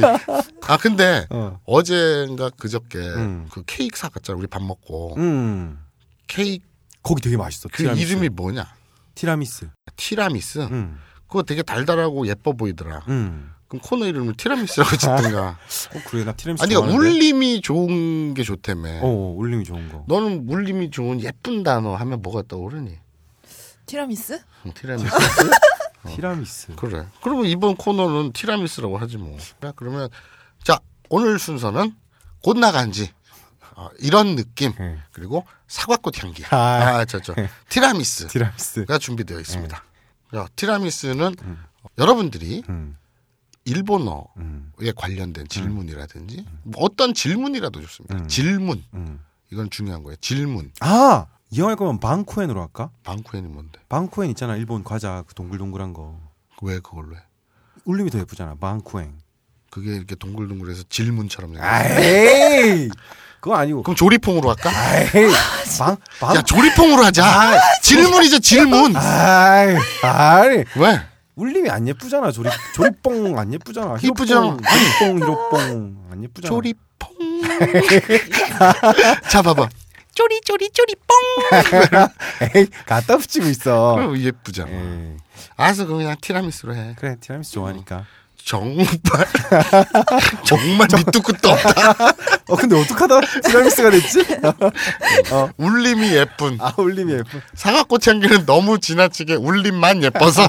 Speaker 1: 아 근데
Speaker 2: 어.
Speaker 1: 어젠가 그저께
Speaker 2: 음.
Speaker 1: 그 케이크 사갔잖아. 우리 밥 먹고
Speaker 2: 음
Speaker 1: 케이크
Speaker 2: 거기 되게 맛있어.
Speaker 1: 그
Speaker 2: 티라미수.
Speaker 1: 이름이 뭐냐?
Speaker 2: 티라미스.
Speaker 1: 티라미스.
Speaker 2: 음.
Speaker 1: 그거 되게 달달하고 예뻐 보이더라.
Speaker 2: 음.
Speaker 1: 그럼 코너 이름을 티라미스라고 짓든가.
Speaker 2: 어, 그래 나 티라미수.
Speaker 1: 아니 그러니까
Speaker 2: 좋아하는데.
Speaker 1: 울림이 좋은 게 좋다며.
Speaker 2: 어, 어, 울림이 좋은 거.
Speaker 1: 너는 울림이 좋은 예쁜 단어 하면 뭐가 떠오르니?
Speaker 3: 티라미스?
Speaker 1: 응, 티라미스.
Speaker 2: 티라미스.
Speaker 1: 그래. 그러면 이번 코너는 티라미스라고 하지 뭐. 그래, 그러면 자 오늘 순서는 곧 나간지 어, 이런 느낌
Speaker 2: 네.
Speaker 1: 그리고 사과꽃 향기.
Speaker 2: 아.
Speaker 1: 아저저 티라미스가
Speaker 2: 티라미스.
Speaker 1: 준비되어 있습니다. 야, 티라미스는 여러분들이
Speaker 2: 음.
Speaker 1: 일본어에
Speaker 2: 음.
Speaker 1: 관련된 질문이라든지 뭐 어떤 질문이라도 좋습니다. 질문
Speaker 2: 음.
Speaker 1: 이건 중요한 거예요. 질문
Speaker 2: 아, 이왕할 거면 방쿠엔으로 할까?
Speaker 1: 방쿠엔이 뭔데?
Speaker 2: 방쿠엔 있잖아. 일본 과자 그 동글동글한 거.
Speaker 1: 왜 그걸로 해?
Speaker 2: 울림이 더 예쁘잖아. 방쿠엔.
Speaker 1: 그게 이렇게 동글동글해서 질문처럼 생겼어.
Speaker 2: 아이. 그거 아니고.
Speaker 1: 그럼 조리퐁으로 할까?
Speaker 2: 아. 아이. 방 방.
Speaker 1: 야 조리퐁으로 하자. 질문이죠 질문.
Speaker 2: 아, 아이. 아이.
Speaker 1: 왜?
Speaker 2: 울림이 안 예쁘잖아. 조립 조립뽕 안 예쁘잖아.
Speaker 1: 이쁘죠?
Speaker 2: 조립뽕 조립뽕 안 예쁘잖아.
Speaker 1: 조리퐁. 자 봐봐.
Speaker 3: 쪼리 쪼리 쪼리 뽕.
Speaker 2: 에이, 갖다 붙이고 있어.
Speaker 1: 어, 예쁘잖아.
Speaker 2: 에이,
Speaker 1: 알았어 그럼 그냥 티라미수로 해.
Speaker 2: 그래 티라미수 좋아하니까.
Speaker 1: 정말 정말 밑도 끝도 없다.
Speaker 2: 어 근데 어떡하다 티라미수가 됐지? 어,
Speaker 1: 울림이 예쁜.
Speaker 2: 아 울림이 예쁜
Speaker 1: 사과꽃 향기는 너무 지나치게 울림만 예뻐서.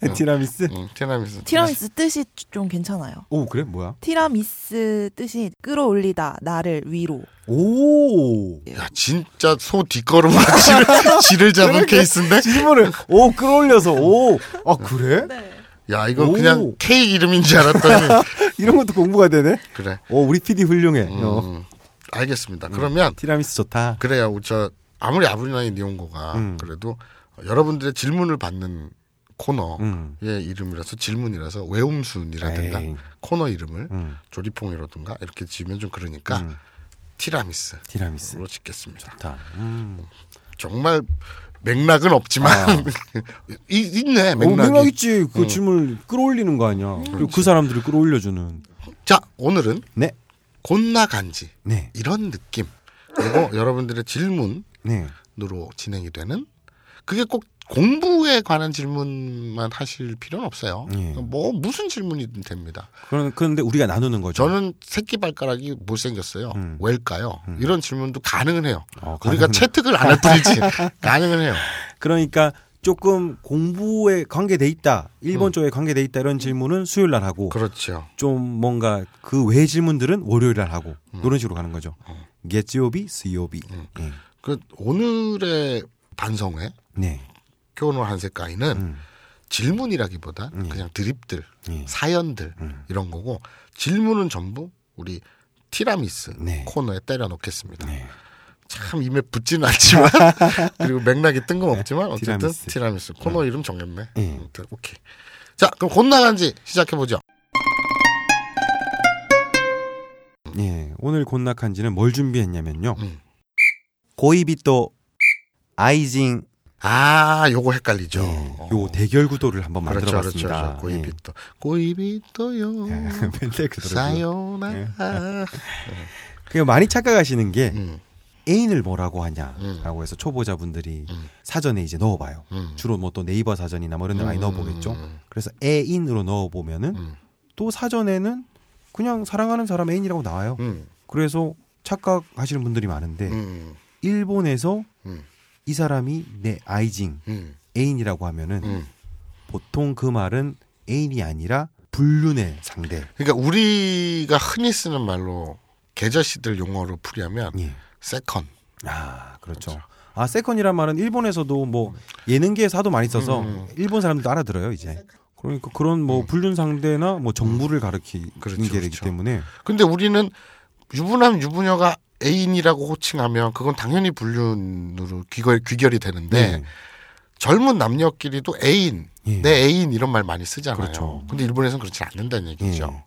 Speaker 2: 네, 어. 티라미스.
Speaker 1: 응, 티라미수.
Speaker 3: 티라미스 뜻이 좀 괜찮아요.
Speaker 2: 오 그래 뭐야?
Speaker 3: 티라미스 뜻이 끌어올리다 나를 위로.
Speaker 2: 오
Speaker 1: 야 진짜 소 뒷걸음으로 지를, 지를 잡은 케이스인데.
Speaker 2: 질문을 오 끌어올려서 오아 그래?
Speaker 3: 네.
Speaker 1: 야 이거
Speaker 2: 오.
Speaker 1: 그냥 케이크 이름인 줄 알았더니
Speaker 2: 이런 것도 공부가 되네.
Speaker 1: 그래.
Speaker 2: 오 우리 PD 훌륭해. 어,
Speaker 1: 음, 알겠습니다. 그러면
Speaker 2: 티라미수 좋다.
Speaker 1: 그래요. 저 아무리 아브리나이 니온고가 그래도 여러분들의 질문을 받는 코너의
Speaker 2: 음.
Speaker 1: 이름이라서 질문이라서 외움순이라든가
Speaker 2: 에이.
Speaker 1: 코너 이름을
Speaker 2: 음.
Speaker 1: 조리퐁이라든가 이렇게 지으면 좀 그러니까 티라미스로
Speaker 2: 티라미수
Speaker 1: 짓겠습니다.
Speaker 2: 좋다. 음.
Speaker 1: 정말 맥락은 없지만 이, 있네
Speaker 2: 맥락이,
Speaker 1: 아. 어, 맥락이.
Speaker 2: 맥락 어, 있지. 그 질문을 끌어올리는 거 아니야. 그리고 그 사람들을 끌어올려주는.
Speaker 1: 자 오늘은
Speaker 2: 네,
Speaker 1: 곤나간지
Speaker 2: 네,
Speaker 1: 이런 느낌 그리고 여러분들의 질문
Speaker 2: 네.
Speaker 1: 으로 진행이 되는 그게 꼭 공부에 관한 질문만 하실 필요는 없어요.
Speaker 2: 예.
Speaker 1: 뭐 무슨 질문이든 됩니다.
Speaker 2: 그런 그런데 우리가 나누는 거죠.
Speaker 1: 저는 새끼 발가락이 못 생겼어요.
Speaker 2: 음.
Speaker 1: 왜일까요? 이런 질문도 가능은 해요.
Speaker 2: 어,
Speaker 1: 우리가
Speaker 2: 가능은-
Speaker 1: 채택을 안 할 뿐이지 가능은 해요.
Speaker 2: 그러니까 조금 공부에 관계돼 있다. 일본 쪽에 관계돼 있다 이런 질문은 수요일 날 하고
Speaker 1: 그렇죠.
Speaker 2: 좀 뭔가 그 외 질문들은 월요일 날 하고
Speaker 1: 음.
Speaker 2: 이런 식으로 가는 거죠. 개지오비, 수요비. 예.
Speaker 1: 그 오늘의 반성회
Speaker 2: 네.
Speaker 1: 교훈을 한색가이는
Speaker 2: 음.
Speaker 1: 질문이라기보다 그냥 드립들,
Speaker 2: 예.
Speaker 1: 사연들 이런 거고 질문은 전부 우리 티라미스
Speaker 2: 네.
Speaker 1: 코너에 때려 넣겠습니다.
Speaker 2: 네.
Speaker 1: 참 입에 붙지는 않지만 그리고 맥락이 뜬금없지만
Speaker 2: 네,
Speaker 1: 어쨌든
Speaker 2: 티라미수.
Speaker 1: 티라미스, 코너 이름 정했네.
Speaker 2: 예.
Speaker 1: 아무튼 오케이. 자 그럼 곤나간지 시작해 보죠.
Speaker 2: 예. 오늘 곤낙한지는 뭘 준비했냐면요.
Speaker 1: 음.
Speaker 2: 고이비또 아이징
Speaker 1: 아 요거 헷갈리죠.
Speaker 2: 예.
Speaker 1: 어.
Speaker 2: 요 대결 구도를 한번
Speaker 1: 그렇죠, 그렇죠,
Speaker 2: 만들어봤습니다.
Speaker 1: 그렇죠. 고이비토, 고이비토요.
Speaker 2: 예. 맨날 그 노래.
Speaker 1: 사요나. 아.
Speaker 2: 그 많이 착각하시는 게
Speaker 1: 음,
Speaker 2: 애인을 뭐라고 하냐라고 해서 초보자분들이 사전에 이제 넣어봐요.
Speaker 1: 음.
Speaker 2: 주로 뭐 또 네이버 사전이나 뭐 이런 데 많이 넣어보겠죠. 그래서 애인으로 넣어보면은
Speaker 1: 음.
Speaker 2: 또 사전에는 그냥 사랑하는 사람 애인이라고 나와요.
Speaker 1: 음,
Speaker 2: 그래서 착각하시는 분들이 많은데
Speaker 1: 음,
Speaker 2: 일본에서
Speaker 1: 음,
Speaker 2: 이 사람이 내 아이징
Speaker 1: 음,
Speaker 2: 애인이라고 하면은
Speaker 1: 음.
Speaker 2: 보통 그 말은 애인이 아니라 불륜의 상대.
Speaker 1: 그러니까 우리가 흔히 쓰는 말로 계저씨들 용어로 풀이하면
Speaker 2: 예.
Speaker 1: 세컨.
Speaker 2: 아 그렇죠. 아 세컨이란 말은 일본에서도 뭐 예능계에서도 많이
Speaker 1: 음,
Speaker 2: 써서 일본 사람들도 알아들어요 이제. 그러니까 그런 뭐 불륜 상대나 뭐 정부를 가리키는
Speaker 1: 그렇죠,
Speaker 2: 게 되기
Speaker 1: 그렇죠.
Speaker 2: 때문에
Speaker 1: 근데 우리는 유부남 유부녀가 애인이라고 호칭하면 그건 당연히 불륜으로 귀결, 귀결이 되는데
Speaker 2: 네.
Speaker 1: 젊은 남녀끼리도 애인
Speaker 2: 예.
Speaker 1: 내 애인 이런 말 많이 쓰잖아요.
Speaker 2: 그렇죠.
Speaker 1: 근데 일본에서는 그렇지 않는다는 얘기죠.
Speaker 2: 예.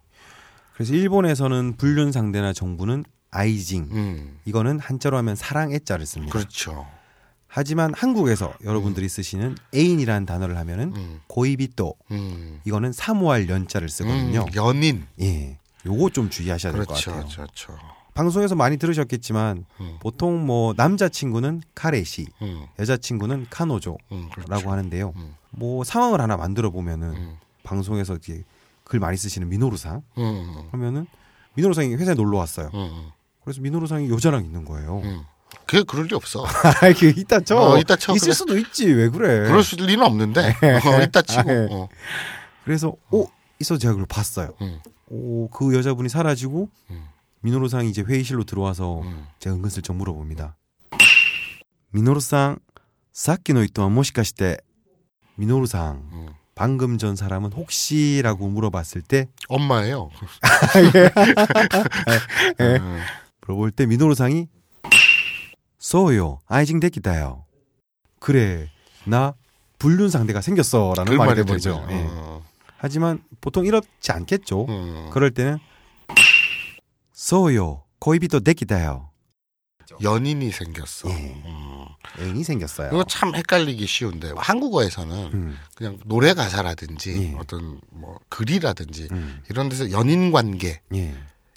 Speaker 2: 그래서 일본에서는 불륜 상대나 정부는 아이징
Speaker 1: 음
Speaker 2: 이거는 한자로 하면 사랑애자를 씁니다.
Speaker 1: 그렇죠.
Speaker 2: 하지만 한국에서 여러분들이 쓰시는 애인이라는 단어를 하면은
Speaker 1: 음,
Speaker 2: 고이비또
Speaker 1: 음.
Speaker 2: 이거는 사모할 연자를 쓰거든요.
Speaker 1: 음, 연인
Speaker 2: 예. 요거 좀 주의하셔야 될 것
Speaker 1: 그렇죠,
Speaker 2: 같아요.
Speaker 1: 그렇죠.
Speaker 2: 방송에서 많이 들으셨겠지만
Speaker 1: 음.
Speaker 2: 보통 뭐 남자친구는 카레시,
Speaker 1: 음,
Speaker 2: 여자친구는 카노조라고
Speaker 1: 음, 그렇죠.
Speaker 2: 하는데요.
Speaker 1: 음.
Speaker 2: 뭐 상황을 하나 만들어 보면은
Speaker 1: 음.
Speaker 2: 방송에서 이제 글 많이 쓰시는 민호루상
Speaker 1: 음, 음,
Speaker 2: 하면은 민호루상이 회사에 놀러 왔어요.
Speaker 1: 음,
Speaker 2: 그래서 민호루상이 여자랑 있는 거예요.
Speaker 1: 음. 그게 그럴 리 없어.
Speaker 2: 아이 그 이따 쳐.
Speaker 1: 어, 이따 쳐.
Speaker 2: 있을
Speaker 1: 그래.
Speaker 2: 수도 있지 왜 그래?
Speaker 1: 그럴 수 리는 없는데 어, 이따 치고.
Speaker 2: 예.
Speaker 1: 어.
Speaker 2: 그래서 오 있어 제가 그걸 봤어요.
Speaker 1: 음,
Speaker 2: 오 그 여자분이 사라지고
Speaker 1: 음.
Speaker 2: 민호루상이 이제 회의실로 들어와서
Speaker 1: 음.
Speaker 2: 제가 은근슬쩍 물어봅니다. 민호루상, 사키노 이또한 모시카시테 민호루상
Speaker 1: 음.
Speaker 2: 방금 전 사람은 혹시라고 물어봤을 때
Speaker 1: 엄마예요.
Speaker 2: 예.
Speaker 1: 음.
Speaker 2: 물어볼 때 민호루상이 소요 아이징 데키다요. 그래 나 불륜 상대가 생겼어라는 어. 말이 되죠. 예.
Speaker 1: 어.
Speaker 2: 하지만 보통 이렇지 않겠죠.
Speaker 1: 음.
Speaker 2: 그럴 때는 소요 고이비도 데키다요.
Speaker 1: 그렇죠. 연인이 생겼어.
Speaker 2: 예.
Speaker 1: 음.
Speaker 2: 애인이 생겼어요.
Speaker 1: 이거 참 헷갈리기 쉬운데 한국어에서는
Speaker 2: 음,
Speaker 1: 그냥 노래 가사라든지
Speaker 2: 예.
Speaker 1: 어떤 뭐 글이라든지
Speaker 2: 음,
Speaker 1: 이런 데서 연인 관계,
Speaker 2: 예.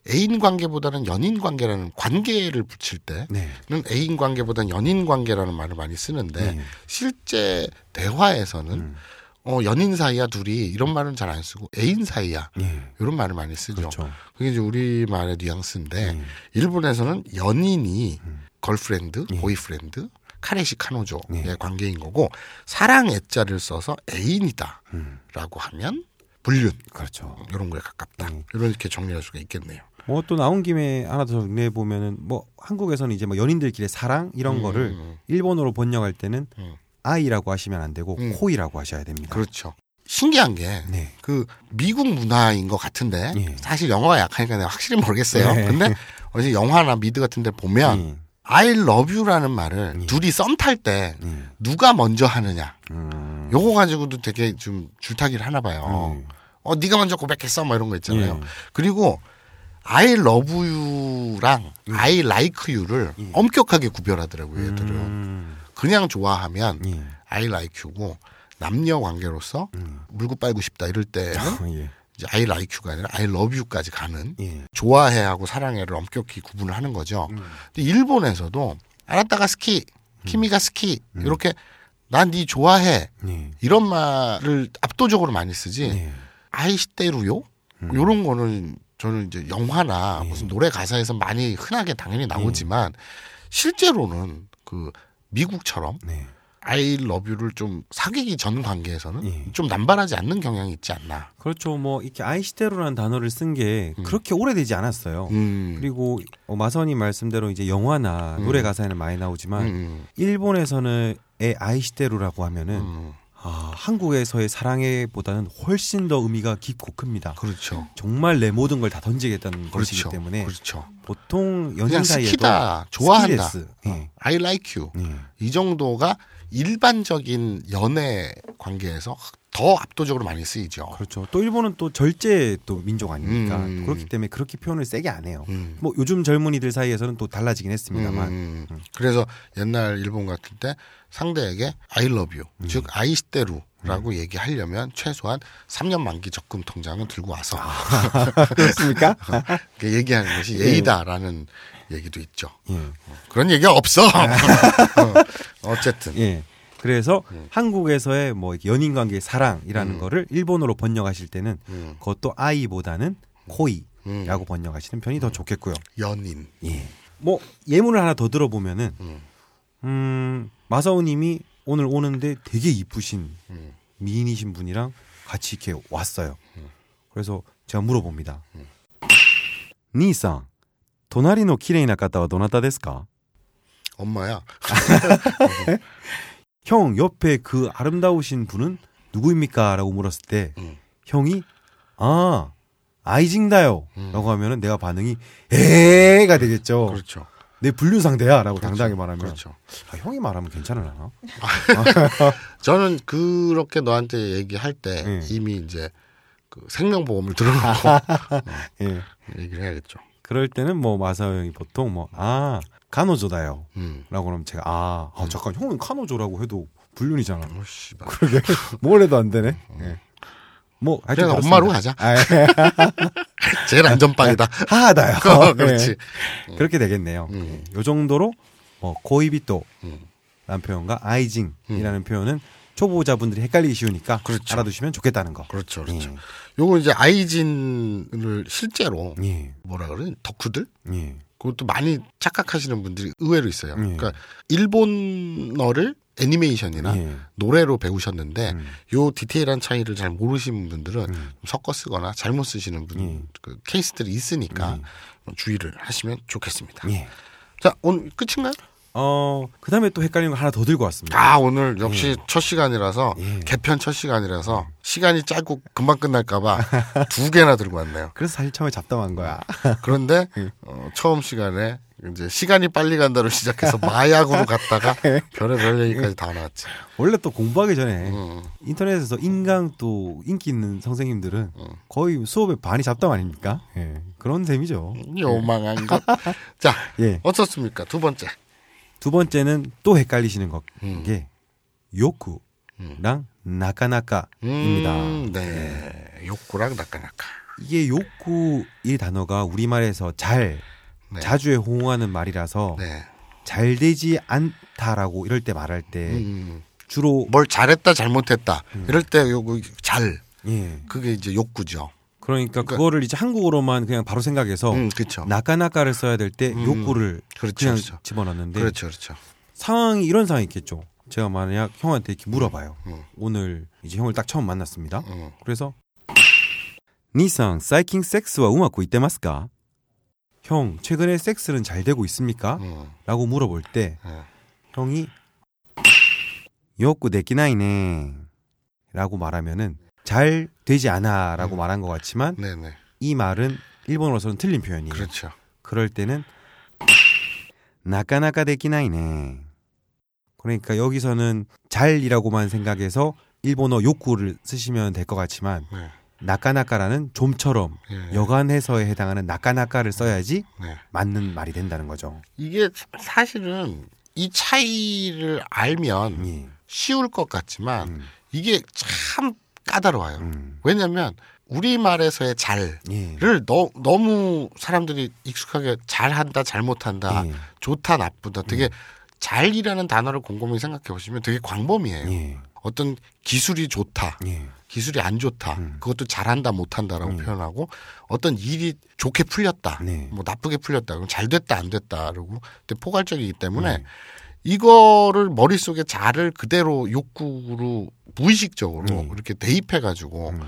Speaker 1: 애인 관계보다는 연인 관계라는 관계를 붙일 때는
Speaker 2: 네.
Speaker 1: 애인 관계보다는 연인 관계라는 말을 많이 쓰는데
Speaker 2: 네.
Speaker 1: 실제 대화에서는
Speaker 2: 음.
Speaker 1: 어, 연인 사이야 둘이 이런 말은 잘 안 쓰고 애인 사이야
Speaker 2: 예.
Speaker 1: 이런 말을 많이 쓰죠.
Speaker 2: 그렇죠.
Speaker 1: 그게 이제 우리 말의 뉘앙스인데
Speaker 2: 음.
Speaker 1: 일본에서는 연인이
Speaker 2: 음.
Speaker 1: 걸프렌드,
Speaker 2: 예.
Speaker 1: 보이프렌드, 카레시 카노조의
Speaker 2: 예.
Speaker 1: 관계인 거고 사랑 애자를 써서 애인이다라고
Speaker 2: 음.
Speaker 1: 하면 불륜
Speaker 2: 그렇죠.
Speaker 1: 이런 거에 가깝다.
Speaker 2: 음.
Speaker 1: 이렇게 정리할 수가 있겠네요.
Speaker 2: 뭐 또 나온 김에 하나 더 정리해 보면은 뭐 한국에서는 이제 뭐 연인들끼리 사랑 이런
Speaker 1: 음,
Speaker 2: 거를
Speaker 1: 음,
Speaker 2: 일본어로 번역할 때는
Speaker 1: 음.
Speaker 2: 아이라고 하시면 안 되고
Speaker 1: 음.
Speaker 2: 코이라고 하셔야 됩니다.
Speaker 1: 그렇죠. 신기한 게 그
Speaker 2: 네.
Speaker 1: 미국 문화인 것 같은데
Speaker 2: 예.
Speaker 1: 사실 영어가 약하니까 내가 확실히 모르겠어요.
Speaker 2: 네.
Speaker 1: 근데 어디 영화나 미드 같은 데 보면
Speaker 2: 예.
Speaker 1: I love you라는 말을 둘이 썸 탈 때
Speaker 2: 음.
Speaker 1: 누가 먼저 하느냐
Speaker 2: 음.
Speaker 1: 요거 가지고도 되게 좀 줄타기를 하나 봐요.
Speaker 2: 음.
Speaker 1: 어 네가 먼저 고백했어 뭐 이런 거 있잖아요.
Speaker 2: 예.
Speaker 1: 그리고 I love you랑
Speaker 2: 예.
Speaker 1: I like you를 엄격하게 구별하더라고요. 얘들은
Speaker 2: 음.
Speaker 1: 그냥 좋아하면
Speaker 2: 예.
Speaker 1: I like you고 남녀 관계로서
Speaker 2: 음.
Speaker 1: 물고 빨고 싶다 이럴 때는
Speaker 2: 어, 예.
Speaker 1: 이제 I like you가 아니라 I love you까지 가는
Speaker 2: 예.
Speaker 1: 좋아해하고 사랑해를 엄격히 구분을 하는 거죠.
Speaker 2: 음.
Speaker 1: 근데 일본에서도 알았다가 스키, 키미가 스키
Speaker 2: 음.
Speaker 1: 이렇게 난 네 좋아해
Speaker 2: 예.
Speaker 1: 이런 말을 압도적으로 많이 쓰지
Speaker 2: 예. 음.
Speaker 1: 아이시테루요 이런 거는 저는 이제 영화나
Speaker 2: 예.
Speaker 1: 무슨 노래 가사에서 많이 흔하게 당연히 나오지만 실제로는 그 미국처럼
Speaker 2: 네.
Speaker 1: 아이 러뷰를 좀 사귀기 전 관계에서는
Speaker 2: 예.
Speaker 1: 좀 남발하지 않는 경향이 있지 않나.
Speaker 2: 그렇죠. 뭐 이렇게 아이시테로라는 단어를 쓴 게 그렇게 오래되지 않았어요.
Speaker 1: 음.
Speaker 2: 그리고 어, 마선님 말씀대로 이제 영화나 노래 가사에는 많이 나오지만
Speaker 1: 음,
Speaker 2: 일본에서는 의 아이시테로라고 하면은
Speaker 1: 음.
Speaker 2: 아, 한국에서의 사랑해보다는 훨씬 더 의미가 깊고 큽니다.
Speaker 1: 그렇죠.
Speaker 2: 정말 내 모든 걸 다 던지겠다는 것이기
Speaker 1: 그렇죠.
Speaker 2: 때문에
Speaker 1: 그렇죠.
Speaker 2: 보통 연인
Speaker 1: 그냥
Speaker 2: 사이에도
Speaker 1: 스키다 좋아한다. 어.
Speaker 2: 스키데스. 예.
Speaker 1: I like you
Speaker 2: 예.
Speaker 1: 이 정도가 일반적인 연애 관계에서 더 압도적으로 많이 쓰이죠.
Speaker 2: 그렇죠. 또 일본은 또 절제 또 민족 아닙니까?
Speaker 1: 음.
Speaker 2: 그렇기 때문에 그렇게 표현을 세게 안 해요.
Speaker 1: 음.
Speaker 2: 뭐 요즘 젊은이들 사이에서는 또 달라지긴 했습니다만.
Speaker 1: 음. 그래서 옛날 일본 같은 때 상대에게 I love you,
Speaker 2: 음.
Speaker 1: 즉 아이시테루라고 얘기하려면 최소한 3년 만기 적금 통장은 들고 와서
Speaker 2: 아. 그렇습니까?
Speaker 1: 이렇게 얘기하는 것이 예의다라는 얘기도 있죠.
Speaker 2: 예.
Speaker 1: 그런 얘기가 없어. 어, 어쨌든
Speaker 2: 아. 예. 그래서
Speaker 1: 네.
Speaker 2: 한국에서의 뭐 이렇게 연인 관계의 사랑이라는 거를 일본어로 번역하실 때는
Speaker 1: 음.
Speaker 2: 그것도 아이보다는 코이라고 번역하시는 편이
Speaker 1: 음.
Speaker 2: 더 좋겠고요.
Speaker 1: 연인.
Speaker 2: 예. 뭐 예문을 하나 더 들어보면은
Speaker 1: 음.
Speaker 2: 음, 마사오 님이 오늘 오는데 되게 이쁘신
Speaker 1: 음.
Speaker 2: 미인이신 분이랑 같이 이렇게 왔어요. 그래서 제가 물어봅니다. 니상, 도나리노 키레이나 카타와 도나타 데스까?
Speaker 1: 엄마야.
Speaker 2: 형 옆에 그 아름다우신 분은 누구입니까?라고 물었을 때
Speaker 1: 음.
Speaker 2: 형이 아 아이징다요라고
Speaker 1: 음.
Speaker 2: 하면은 내가 반응이 에가 되겠죠.
Speaker 1: 그렇죠.
Speaker 2: 내 분류 상대야라고 어, 당당히 말하면
Speaker 1: 그렇죠.
Speaker 2: 아, 형이 말하면 괜찮으려나?
Speaker 1: 저는 그렇게 너한테 얘기할 때
Speaker 2: 예.
Speaker 1: 이미 이제 그 생명보험을 들어놓고
Speaker 2: 예.
Speaker 1: 얘기를 해야겠죠.
Speaker 2: 그럴 때는 뭐 마사오 형이 보통 뭐아 간호조다요라고
Speaker 1: 음.
Speaker 2: 그러면 제가 아, 아, 잠깐 형은 간호조라고 해도 불륜이잖아.
Speaker 1: 어, 씨발.
Speaker 2: 그러게 뭘 해도 안 되네. 예. 뭐 하여튼
Speaker 1: 음. 그냥
Speaker 2: 그렇습니다.
Speaker 1: 엄마로 가자.
Speaker 2: 아, 예.
Speaker 1: 제일 안전빵이다. 어,
Speaker 2: 하하다요.
Speaker 1: 그렇지.
Speaker 2: 예. 그렇게 되겠네요.
Speaker 1: 음.
Speaker 2: 예. 요 정도로 뭐 고이비토
Speaker 1: 음.
Speaker 2: 라는 표현과 아이징이라는 표현은 초보자분들이 헷갈리기 쉬우니까
Speaker 1: 그렇죠.
Speaker 2: 알아두시면 좋겠다는 거.
Speaker 1: 그렇죠, 그렇죠.
Speaker 2: 음.
Speaker 1: 요거 이제 아이진을 실제로
Speaker 2: 예.
Speaker 1: 뭐라 그래? 덕후들?
Speaker 2: 예.
Speaker 1: 그것도 많이 착각하시는 분들이 의외로 있어요.
Speaker 2: 예.
Speaker 1: 그러니까 일본어를 애니메이션이나
Speaker 2: 예.
Speaker 1: 노래로 배우셨는데
Speaker 2: 음.
Speaker 1: 요 디테일한 차이를 잘 모르시는 분들은
Speaker 2: 음.
Speaker 1: 섞어 쓰거나 잘못 쓰시는 분
Speaker 2: 예.
Speaker 1: 그 케이스들이 있으니까
Speaker 2: 예.
Speaker 1: 주의를 하시면 좋겠습니다.
Speaker 2: 예.
Speaker 1: 자, 오늘 끝인가요?
Speaker 2: 어, 그다음에 또 헷갈리는 거 하나 더 들고 왔습니다.
Speaker 1: 아 오늘 역시 첫 시간이라서
Speaker 2: 예.
Speaker 1: 개편 첫 시간이라서 시간이 짧고 금방 끝날까봐 두 개나 들고 왔네요.
Speaker 2: 그래서 사실 처음에 잡담한 거야.
Speaker 1: 그런데
Speaker 2: 예.
Speaker 1: 어, 처음 시간에 이제 시간이 빨리 간다로 시작해서 마약으로 갔다가
Speaker 2: 예.
Speaker 1: 별의별 얘기까지 다 나왔지.
Speaker 2: 원래 또 공부하기 전에
Speaker 1: 음,
Speaker 2: 인터넷에서 인강 또 인기 있는 선생님들은
Speaker 1: 어.
Speaker 2: 거의 수업의 반이 잡담 아닙니까? 예. 그런 셈이죠.
Speaker 1: 음. 요망한 것. 자,
Speaker 2: 예.
Speaker 1: 어떻습니까? 두 번째.
Speaker 2: 두 번째는 또 헷갈리시는 것
Speaker 1: 음.
Speaker 2: 게 요쿠랑 나카나카입니다.
Speaker 1: 음, 네. 욕구랑 낙하낙하.
Speaker 2: 이게 요쿠 이 단어가 우리말에서 잘
Speaker 1: 네.
Speaker 2: 자주에 호응하는 말이라서
Speaker 1: 네.
Speaker 2: 잘 되지 않다라고 이럴 때 말할 때
Speaker 1: 음,
Speaker 2: 주로
Speaker 1: 뭘 잘했다 잘못했다
Speaker 2: 음.
Speaker 1: 이럴 때 요거 잘
Speaker 2: 예.
Speaker 1: 그게 이제 욕구죠.
Speaker 2: 그러니까 그거를 이제 한국어로만 그냥 바로 생각해서
Speaker 1: 음, 그렇죠.
Speaker 2: 나카나카를 써야 될 때
Speaker 1: 음.
Speaker 2: 욕구를
Speaker 1: 그렇죠,
Speaker 2: 그냥
Speaker 1: 그렇죠.
Speaker 2: 집어넣는데
Speaker 1: 그렇죠, 그렇죠.
Speaker 2: 상황이 이런 상황이 있겠죠. 제가 만약 형한테 이렇게 물어봐요.
Speaker 1: 음.
Speaker 2: 오늘 이제 형을 딱 처음 만났습니다.
Speaker 1: 음.
Speaker 2: 그래서 니상 사이킹 섹스와 음악고 이때마스까? 형 최근에 섹스는 잘 되고 있습니까?
Speaker 1: 음.
Speaker 2: 라고 물어볼 때
Speaker 1: 네.
Speaker 2: 형이 욕구 내끼나이네 라고 말하면은 잘 되지 않아라고
Speaker 1: 음.
Speaker 2: 말한 것 같지만
Speaker 1: 네네.
Speaker 2: 이 말은 일본어로서는 틀린 표현이에요.
Speaker 1: 그렇죠.
Speaker 2: 그럴 때는 나까나까 데키나이네. 그러니까 여기서는 잘이라고만 생각해서 일본어 욕구를 쓰시면 될 것 같지만
Speaker 1: 네.
Speaker 2: 나까나까라는 좀처럼
Speaker 1: 예.
Speaker 2: 여간해서에 해당하는 나까나까를 써야지
Speaker 1: 네.
Speaker 2: 맞는 말이 된다는 거죠.
Speaker 1: 이게 사실은 이 차이를 알면
Speaker 2: 예.
Speaker 1: 쉬울 것 같지만
Speaker 2: 음.
Speaker 1: 이게 참 까다로워요.
Speaker 2: 음.
Speaker 1: 왜냐하면 우리 말에서의 잘을
Speaker 2: 예.
Speaker 1: 너, 무 사람들이 익숙하게 잘한다, 잘못한다,
Speaker 2: 예.
Speaker 1: 좋다, 나쁘다 되게
Speaker 2: 음.
Speaker 1: 잘이라는 단어를 곰곰이 생각해 보시면 되게 광범위해요.
Speaker 2: 예.
Speaker 1: 어떤 기술이 좋다,
Speaker 2: 예.
Speaker 1: 기술이 안 좋다,
Speaker 2: 음.
Speaker 1: 그것도 잘한다, 못한다라고
Speaker 2: 음.
Speaker 1: 표현하고 어떤 일이 좋게 풀렸다,
Speaker 2: 네.
Speaker 1: 뭐 나쁘게 풀렸다, 그럼 잘 됐다, 안 됐다, 그러고 근데 포괄적이기
Speaker 2: 음.
Speaker 1: 때문에 이거를 머릿속에 잘을 그대로 욕구로 무의식적으로
Speaker 2: 네.
Speaker 1: 이렇게 대입해 가지고
Speaker 2: 음.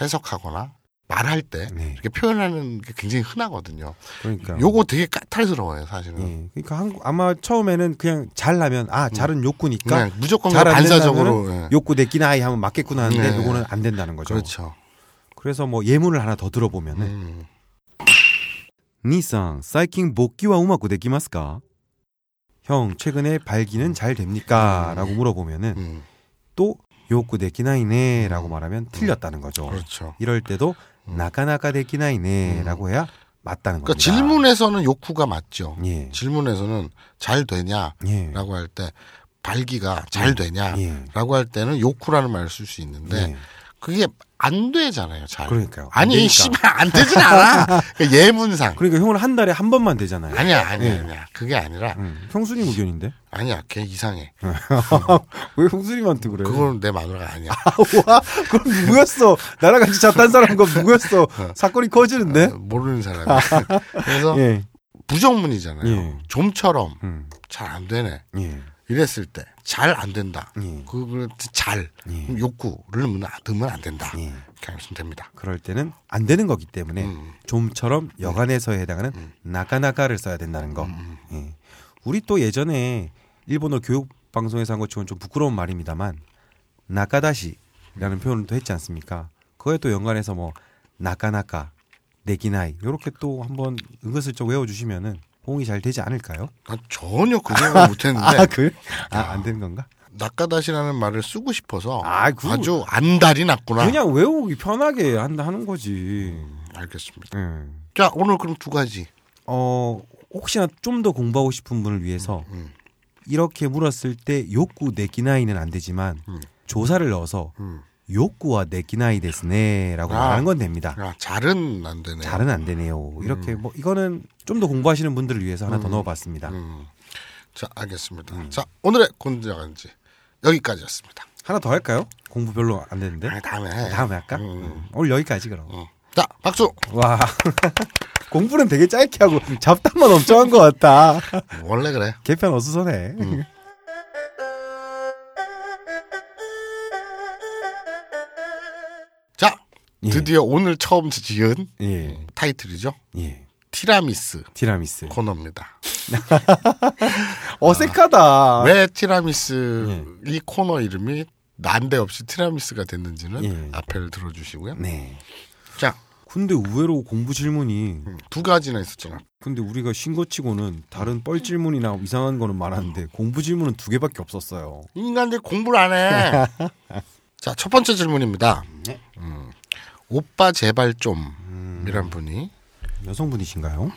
Speaker 1: 해석하거나 말할 때
Speaker 2: 네.
Speaker 1: 이렇게 표현하는 게 굉장히 흔하거든요.
Speaker 2: 그러니까
Speaker 1: 요거 되게 까탈스러워요, 사실은.
Speaker 2: 예. 그러니까 한국- 아마 처음에는 그냥 잘나면 아
Speaker 1: 음.
Speaker 2: 잘은 욕구니까
Speaker 1: 그냥 네, 무조건
Speaker 2: 잘안
Speaker 1: 반사적으로 예.
Speaker 2: 욕구 내끼나 아이 하면 맞겠구나 하는데
Speaker 1: 네.
Speaker 2: 요거는 안 된다는 거죠. 네.
Speaker 1: 그렇죠.
Speaker 2: 래서뭐 예문을 하나 더 들어보면은
Speaker 1: 음.
Speaker 2: 니상 사이킹 복귀와 우마고 데키마스까? 형 최근에 발기는 잘 됩니까?
Speaker 1: 음.
Speaker 2: 라고 물어보면은
Speaker 1: 음.
Speaker 2: 또 욕구 데키나이네 라고 말하면 틀렸다는 거죠.
Speaker 1: 그렇죠.
Speaker 2: 이럴 때도
Speaker 1: 음.
Speaker 2: 나카나카 데키나이네 라고 해야 맞다는
Speaker 1: 그러니까
Speaker 2: 겁니다.
Speaker 1: 질문에서는 욕구가 맞죠.
Speaker 2: 예.
Speaker 1: 질문에서는 잘 되냐라고
Speaker 2: 예.
Speaker 1: 할 때 발기가 잘 되냐라고
Speaker 2: 예.
Speaker 1: 할 때는 욕구라는 말을 쓸 수 있는데
Speaker 2: 예.
Speaker 1: 그게 안 되잖아요, 잘.
Speaker 2: 그러니까요. 그렇죠. 안
Speaker 1: 네.
Speaker 2: 되니까.
Speaker 1: 아니, 씨발 안 되진 않아. 그러니까 예문상.
Speaker 2: 그러니까 형은 한 달에 한 번만 되잖아요.
Speaker 1: 아니야, 아니야,
Speaker 2: 예.
Speaker 1: 아니야. 그게 아니라
Speaker 2: 음. 형수님 의견인데
Speaker 1: 아니야, 걔 이상해.
Speaker 2: 네. 왜 형수님한테 그래요?
Speaker 1: 그건 내 마누라가 아니야.
Speaker 2: 와, 그럼 누구였어? 나랑 같이 잤단 사람과 누구였어? 사건이 커지는데?
Speaker 1: 모르는 사람이. 그래서
Speaker 2: 네? 예.
Speaker 1: 부정문이잖아요.
Speaker 2: 예.
Speaker 1: 좀처럼
Speaker 2: 음,
Speaker 1: 잘 안 되네.
Speaker 2: 예.
Speaker 1: 이랬을 때 잘 안 된다.
Speaker 2: 예.
Speaker 1: 그걸 잘
Speaker 2: 예.
Speaker 1: 그럼 욕구를 넣으면 안- 넣으면 안 된다.
Speaker 2: 예.
Speaker 1: 이렇게 하면 됩니다.
Speaker 2: 그럴 때는 안 되는 거기 때문에
Speaker 1: 음.
Speaker 2: 좀처럼 여간에서에 해당하는 나가나가를 써야 된다는 거. 예. 우리 또 예전에 일본어 교육 방송에서 한 것처럼 좀 부끄러운 말입니다만 나가다시라는 표현을 또 했지 않습니까? 그에 또 연관해서 뭐 나가나가 내기나이 요렇게 또 한번 은근슬쩍 외워주시면은 호응이 잘 되지 않을까요?
Speaker 1: 난 전혀 그 생각을 못했는데
Speaker 2: 아 그? 아 안 되는 건가?
Speaker 1: 낙가다시라는 말을 쓰고 싶어서
Speaker 2: 아, 그-
Speaker 1: 아주 안달이 났구나.
Speaker 2: 그냥 외우기 편하게 한다 하는 거지.
Speaker 1: 알겠습니다.
Speaker 2: 음.
Speaker 1: 자 오늘 그럼 두 가지.
Speaker 2: 어 혹시나 좀 더 공부하고 싶은 분을 위해서
Speaker 1: 음.
Speaker 2: 이렇게 물었을 때 욕구 내기나이는 안 되지만
Speaker 1: 음.
Speaker 2: 조사를 넣어서
Speaker 1: 음.
Speaker 2: 욕구와 내기나이 데스네라고
Speaker 1: 아.
Speaker 2: 말하는 건 됩니다.
Speaker 1: 아, 잘은 안 되네.
Speaker 2: 잘은 안 되네요. 이렇게 뭐 이거는 좀 더 공부하시는 분들을 위해서 하나 더 넣어봤습니다.
Speaker 1: 음. 자 알겠습니다.
Speaker 2: 음.
Speaker 1: 자 오늘의 곤지간지 여기까지였습니다.
Speaker 2: 하나 더 할까요? 공부 별로 안 되는데
Speaker 1: 아, 다음에 해.
Speaker 2: 네. 그 다음에 할까?
Speaker 1: 음.
Speaker 2: 음. 오늘 여기까지 그럼.
Speaker 1: 음. 자 박수.
Speaker 2: 와 공부는 되게 짧게 하고 잡담만 엄청 한 것 같다.
Speaker 1: 원래 그래.
Speaker 2: 개편 어수선해.
Speaker 1: 자
Speaker 2: 예.
Speaker 1: 드디어 오늘 처음 지은
Speaker 2: 예.
Speaker 1: 타이틀이죠.
Speaker 2: 예.
Speaker 1: 티라미스
Speaker 2: 티라미스.
Speaker 1: 코너입니다.
Speaker 2: 아. 어색하다.
Speaker 1: 왜 티라미스 이 코너 이름이 난데없이 티라미스가 됐는지는
Speaker 2: 예.
Speaker 1: 앞에를 들어주시고요.
Speaker 2: 네.
Speaker 1: 자,
Speaker 2: 근데 의외로 공부 질문이
Speaker 1: 음, 두 가지나 있었잖아.
Speaker 2: 근데 우리가 신거 치고는 다른 뻘 질문이나 이상한 거는 많았는데 공부 질문은 두 개밖에 없었어요.
Speaker 1: 인간들 공부를 안 해. 자, 첫 번째 질문입니다. 음, 오빠 제발 좀이란 분이
Speaker 2: 여성분이신가요?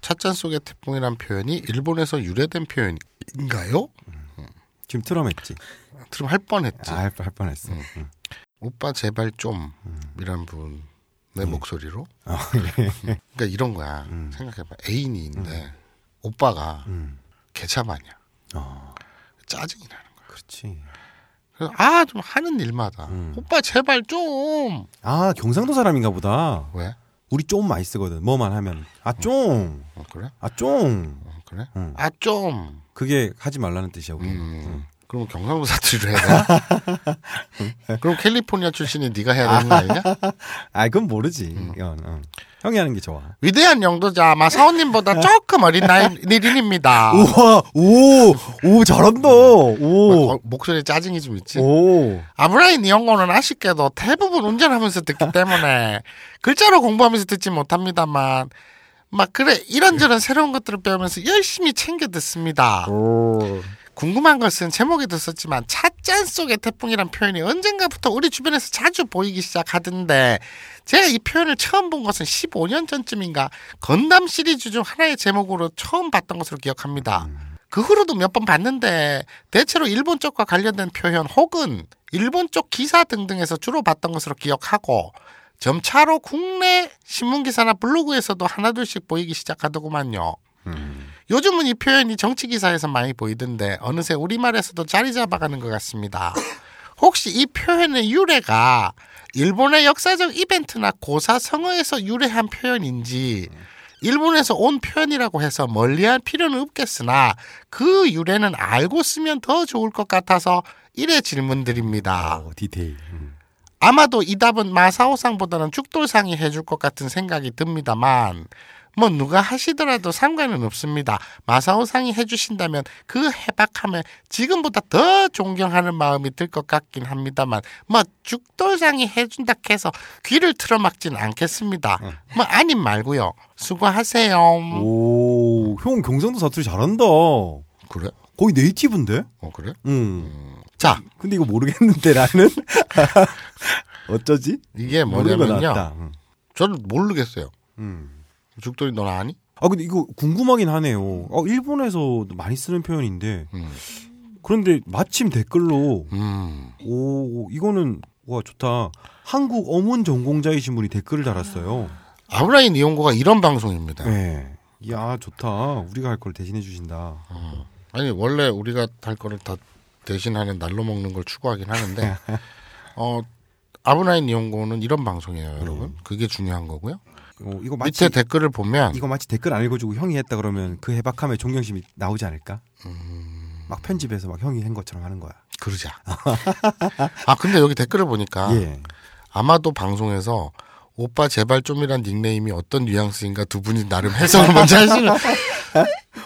Speaker 1: 찻잔 속의 태풍이란 표현이 일본에서 유래된 표현인가요?
Speaker 2: 지금 트럼했지.
Speaker 1: 들으면 할 뻔했지.
Speaker 2: 아, 할, 뻔- 할 뻔했어. 응.
Speaker 1: 오빠 제발 좀이란 분의 목소리로.
Speaker 2: 아,
Speaker 1: 그러니까 이런 거야. 생각해봐. 애인이 있는데 오빠가
Speaker 2: 음.
Speaker 1: 개차반이야.
Speaker 2: 어,
Speaker 1: 짜증이 나는 거야.
Speaker 2: 그렇지.
Speaker 1: 그래서 아 좀 하는 일마다
Speaker 2: 음.
Speaker 1: 오빠 제발 좀
Speaker 2: 아, 경상도 사람인가 보다.
Speaker 1: 왜?
Speaker 2: 우리 좀 많이 쓰거든. 뭐만 하면 아 좀,
Speaker 1: 어, 그래?
Speaker 2: 아 좀.
Speaker 1: 어, 그래?
Speaker 2: 응.
Speaker 1: 아 좀.
Speaker 2: 그게 하지 말라는 뜻이야 우리.
Speaker 1: 음. 그럼 경상도 사투리로 해야 돼? 그럼 캘리포니아 출신이 네가 해야 되는 거 아니냐?
Speaker 2: 아, 그건 모르지. 이건, 어. 형이 하는 게 좋아.
Speaker 1: 위대한 영도자 아마 사원님보다 조금 어린 나이
Speaker 2: 아.
Speaker 1: 니린입니다.
Speaker 2: 우와, 오, 오, 잘한다. 오,
Speaker 1: 어, 목소리에 짜증이 좀 있지.
Speaker 2: 오.
Speaker 1: 아브라인 이영어는 아쉽게도 대부분 운전하면서 듣기 때문에 글자로 공부하면서 듣지 못합니다만 막 그래 이런저런 새로운 것들을 배우면서 열심히 챙겨 듣습니다.
Speaker 2: 오.
Speaker 1: 궁금한 것은 제목에도 썼지만 찻잔 속의 태풍이란 표현이 언젠가부터 우리 주변에서 자주 보이기 시작하던데 제가 이 표현을 처음 본 것은 15년 전쯤인가 건담 시리즈 중 하나의 제목으로 처음 봤던 것으로 기억합니다. 그 후로도 몇 번 봤는데 대체로 일본 쪽과 관련된 표현 혹은 일본 쪽 기사 등등에서 주로 봤던 것으로 기억하고 점차로 국내 신문기사나 블로그에서도 하나둘씩 보이기 시작하더구만요. 요즘은 이 표현이 정치 기사에서 많이 보이던데 어느새 우리말에서도 자리 잡아가는 것 같습니다. 혹시 이 표현의 유래가 일본의 역사적 이벤트나 고사 성어에서 유래한 표현인지 일본에서 온 표현이라고 해서 멀리할 필요는 없겠으나 그 유래는 알고 쓰면 더 좋을 것 같아서 이래 질문드립니다.
Speaker 2: 어, 디테일. 음.
Speaker 1: 아마도 이 답은 마사오상보다는 죽돌상이 해줄 것 같은 생각이 듭니다만 뭐 누가 하시더라도 상관은 없습니다. 마사오상이 해주신다면 그 해박함에 지금보다 더 존경하는 마음이 들 것 같긴 합니다만 뭐 죽돌상이 해준다 해서 귀를 틀어막진 않겠습니다. 뭐 아님 말고요. 수고하세요.
Speaker 2: 오, 형 경상도 사투리 잘한다.
Speaker 1: 그래?
Speaker 2: 거의 네이티브인데?
Speaker 1: 어 그래?
Speaker 2: 음.
Speaker 1: 자
Speaker 2: 근데 이거 모르겠는데 나는 어쩌지?
Speaker 1: 이게
Speaker 2: 모르는 거
Speaker 1: 뭐냐면요.
Speaker 2: 낫다. 음.
Speaker 1: 저는 모르겠어요.
Speaker 2: 음.
Speaker 1: 죽돌이 넌 아니?
Speaker 2: 아 근데 이거 궁금하긴 하네요. 어, 일본에서 많이 쓰는 표현인데
Speaker 1: 음.
Speaker 2: 그런데 마침 댓글로
Speaker 1: 음.
Speaker 2: 오 이거는 와 좋다. 한국 어문 전공자이신 분이 댓글을 달았어요.
Speaker 1: 아브라인 이용고가 이런 방송입니다.
Speaker 2: 네. 야 좋다. 우리가 할 걸 대신해 주신다.
Speaker 1: 어. 아니 원래 우리가 할 거를 다 대신하는 날로 먹는 걸 추구하긴 하는데 어 아브라인 이용고는 이런 방송이에요, 여러분. 그게 중요한 거고요.
Speaker 2: 어, 이거
Speaker 1: 밑에
Speaker 2: 음. 마치
Speaker 1: 댓글을 보면
Speaker 2: 이거 마치 댓글 안 읽어주고 형이 했다 그러면 그 해박함의 존경심이 나오지 않을까?
Speaker 1: 음.
Speaker 2: 막 편집해서 막 형이 한 것처럼 하는 거야.
Speaker 1: 그러자. 아 근데 여기 댓글을 보니까
Speaker 2: 예.
Speaker 1: 아마도 방송에서 오빠 제발 좀이란 닉네임이 어떤 뉘앙스인가 두 분이 나름 해석을 먼저 하시면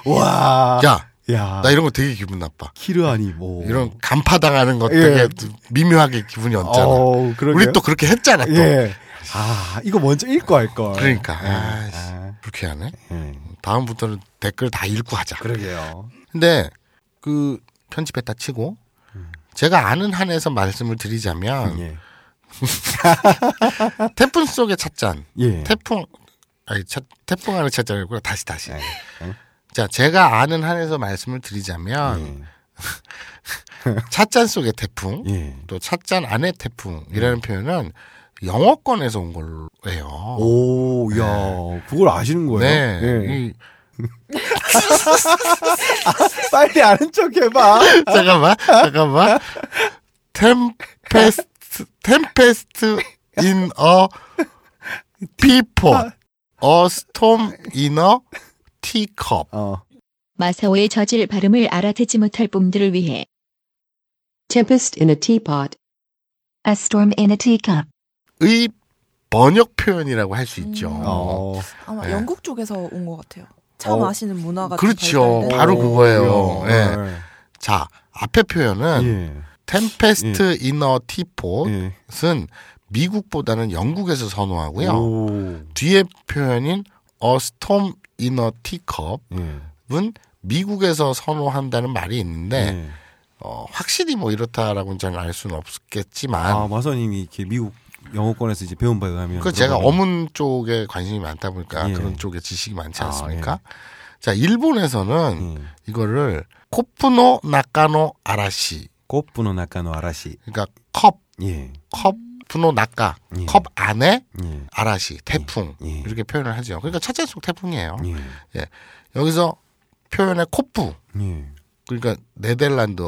Speaker 2: 와.
Speaker 1: 야.
Speaker 2: 야.
Speaker 1: 나 이런 거 되게 기분 나빠.
Speaker 2: 키르하니 뭐.
Speaker 1: 이런 간파당하는 것
Speaker 2: 예.
Speaker 1: 되게 미묘하게 기분이 얹잖아.
Speaker 2: 어, 그러게요.
Speaker 1: 우리 또 그렇게 했잖아. 또.
Speaker 2: 예. 아, 이거 먼저 읽고 할 걸.
Speaker 1: 그러니까.
Speaker 2: 예.
Speaker 1: 아, 씨.
Speaker 2: 아,
Speaker 1: 그렇게 하네.
Speaker 2: 예.
Speaker 1: 다음부터는 댓글 다 읽고 하자.
Speaker 2: 그러게요.
Speaker 1: 근데 그 편집했다 치고 제가 아는 한에서 말씀을 드리자면
Speaker 2: 예.
Speaker 1: 태풍 속의 찻잔,
Speaker 2: 예.
Speaker 1: 태풍 아니 찻- 태풍 안에 찻잔이구나 다시 다시.
Speaker 2: 예.
Speaker 1: 자 제가 아는 한에서 말씀을 드리자면 찻잔 속의 태풍,
Speaker 2: 예.
Speaker 1: 또 찻잔 안의 태풍이라는 표현은 영어권에서 온 걸로예요.
Speaker 2: 오, 야, 그걸 아시는 거예요?
Speaker 1: 어. 네,
Speaker 2: 예.
Speaker 1: 이-
Speaker 2: 빨리 아는 척 해봐.
Speaker 1: 잠깐만, 잠깐만. 템페스트, 템페스트 인 어 피포, 어 스톰 인어 티컵.
Speaker 2: 어.
Speaker 4: 마사오의 저질 발음을 알아듣지 못할 뿜들을 위해
Speaker 5: Tempest in a teapot.
Speaker 4: A storm in a teacup
Speaker 1: 의 번역 표현이라고 할 수 있죠.
Speaker 3: 음.
Speaker 2: 어.
Speaker 3: 아마
Speaker 1: 예.
Speaker 3: 영국 쪽에서 온 것 같아요. 차
Speaker 2: 어,
Speaker 3: 마시는 문화가 좀
Speaker 1: 그렇죠.
Speaker 3: 발달된-
Speaker 1: 바로 그거예요.
Speaker 2: 오,
Speaker 1: 예. 자, 앞에 표현은
Speaker 2: 어. 예.
Speaker 1: 템페스트 인어 티포는
Speaker 2: 예.
Speaker 1: 미국보다는 영국에서 선호하고요.
Speaker 2: 오.
Speaker 1: 뒤에 표현인 어 스톰 인어 티컵
Speaker 2: 예.
Speaker 1: 은 미국에서 선호한다는 말이 있는데
Speaker 2: 예.
Speaker 1: 어, 확실히 뭐 이렇다라고는 잘 알 수는 없겠지만
Speaker 2: 아, 마선님이 이렇게 미국 영어권에서 이제 배운 바에 의하면.
Speaker 1: 그 제가
Speaker 2: 그러면-
Speaker 1: 어문 쪽에 관심이 많다 보니까
Speaker 2: 예.
Speaker 1: 그런 쪽에 지식이 많지
Speaker 2: 아,
Speaker 1: 않습니까? 자 일본에서는
Speaker 2: 예.
Speaker 1: 이거를 코프노 나카노 아라시
Speaker 2: 꽃분은 아까노 아라시.
Speaker 1: 그러니까 컵
Speaker 2: 예.
Speaker 1: 컵프노 나카
Speaker 2: 예.
Speaker 1: 컵 안에
Speaker 2: 예.
Speaker 1: 아라시 태풍
Speaker 2: 예.
Speaker 1: 이렇게 표현을 하죠. 그러니까 차잔 속 태풍이에요.
Speaker 2: 예.
Speaker 1: 여기서 표현의 코프
Speaker 2: 예.
Speaker 1: 그러니까 네덜란드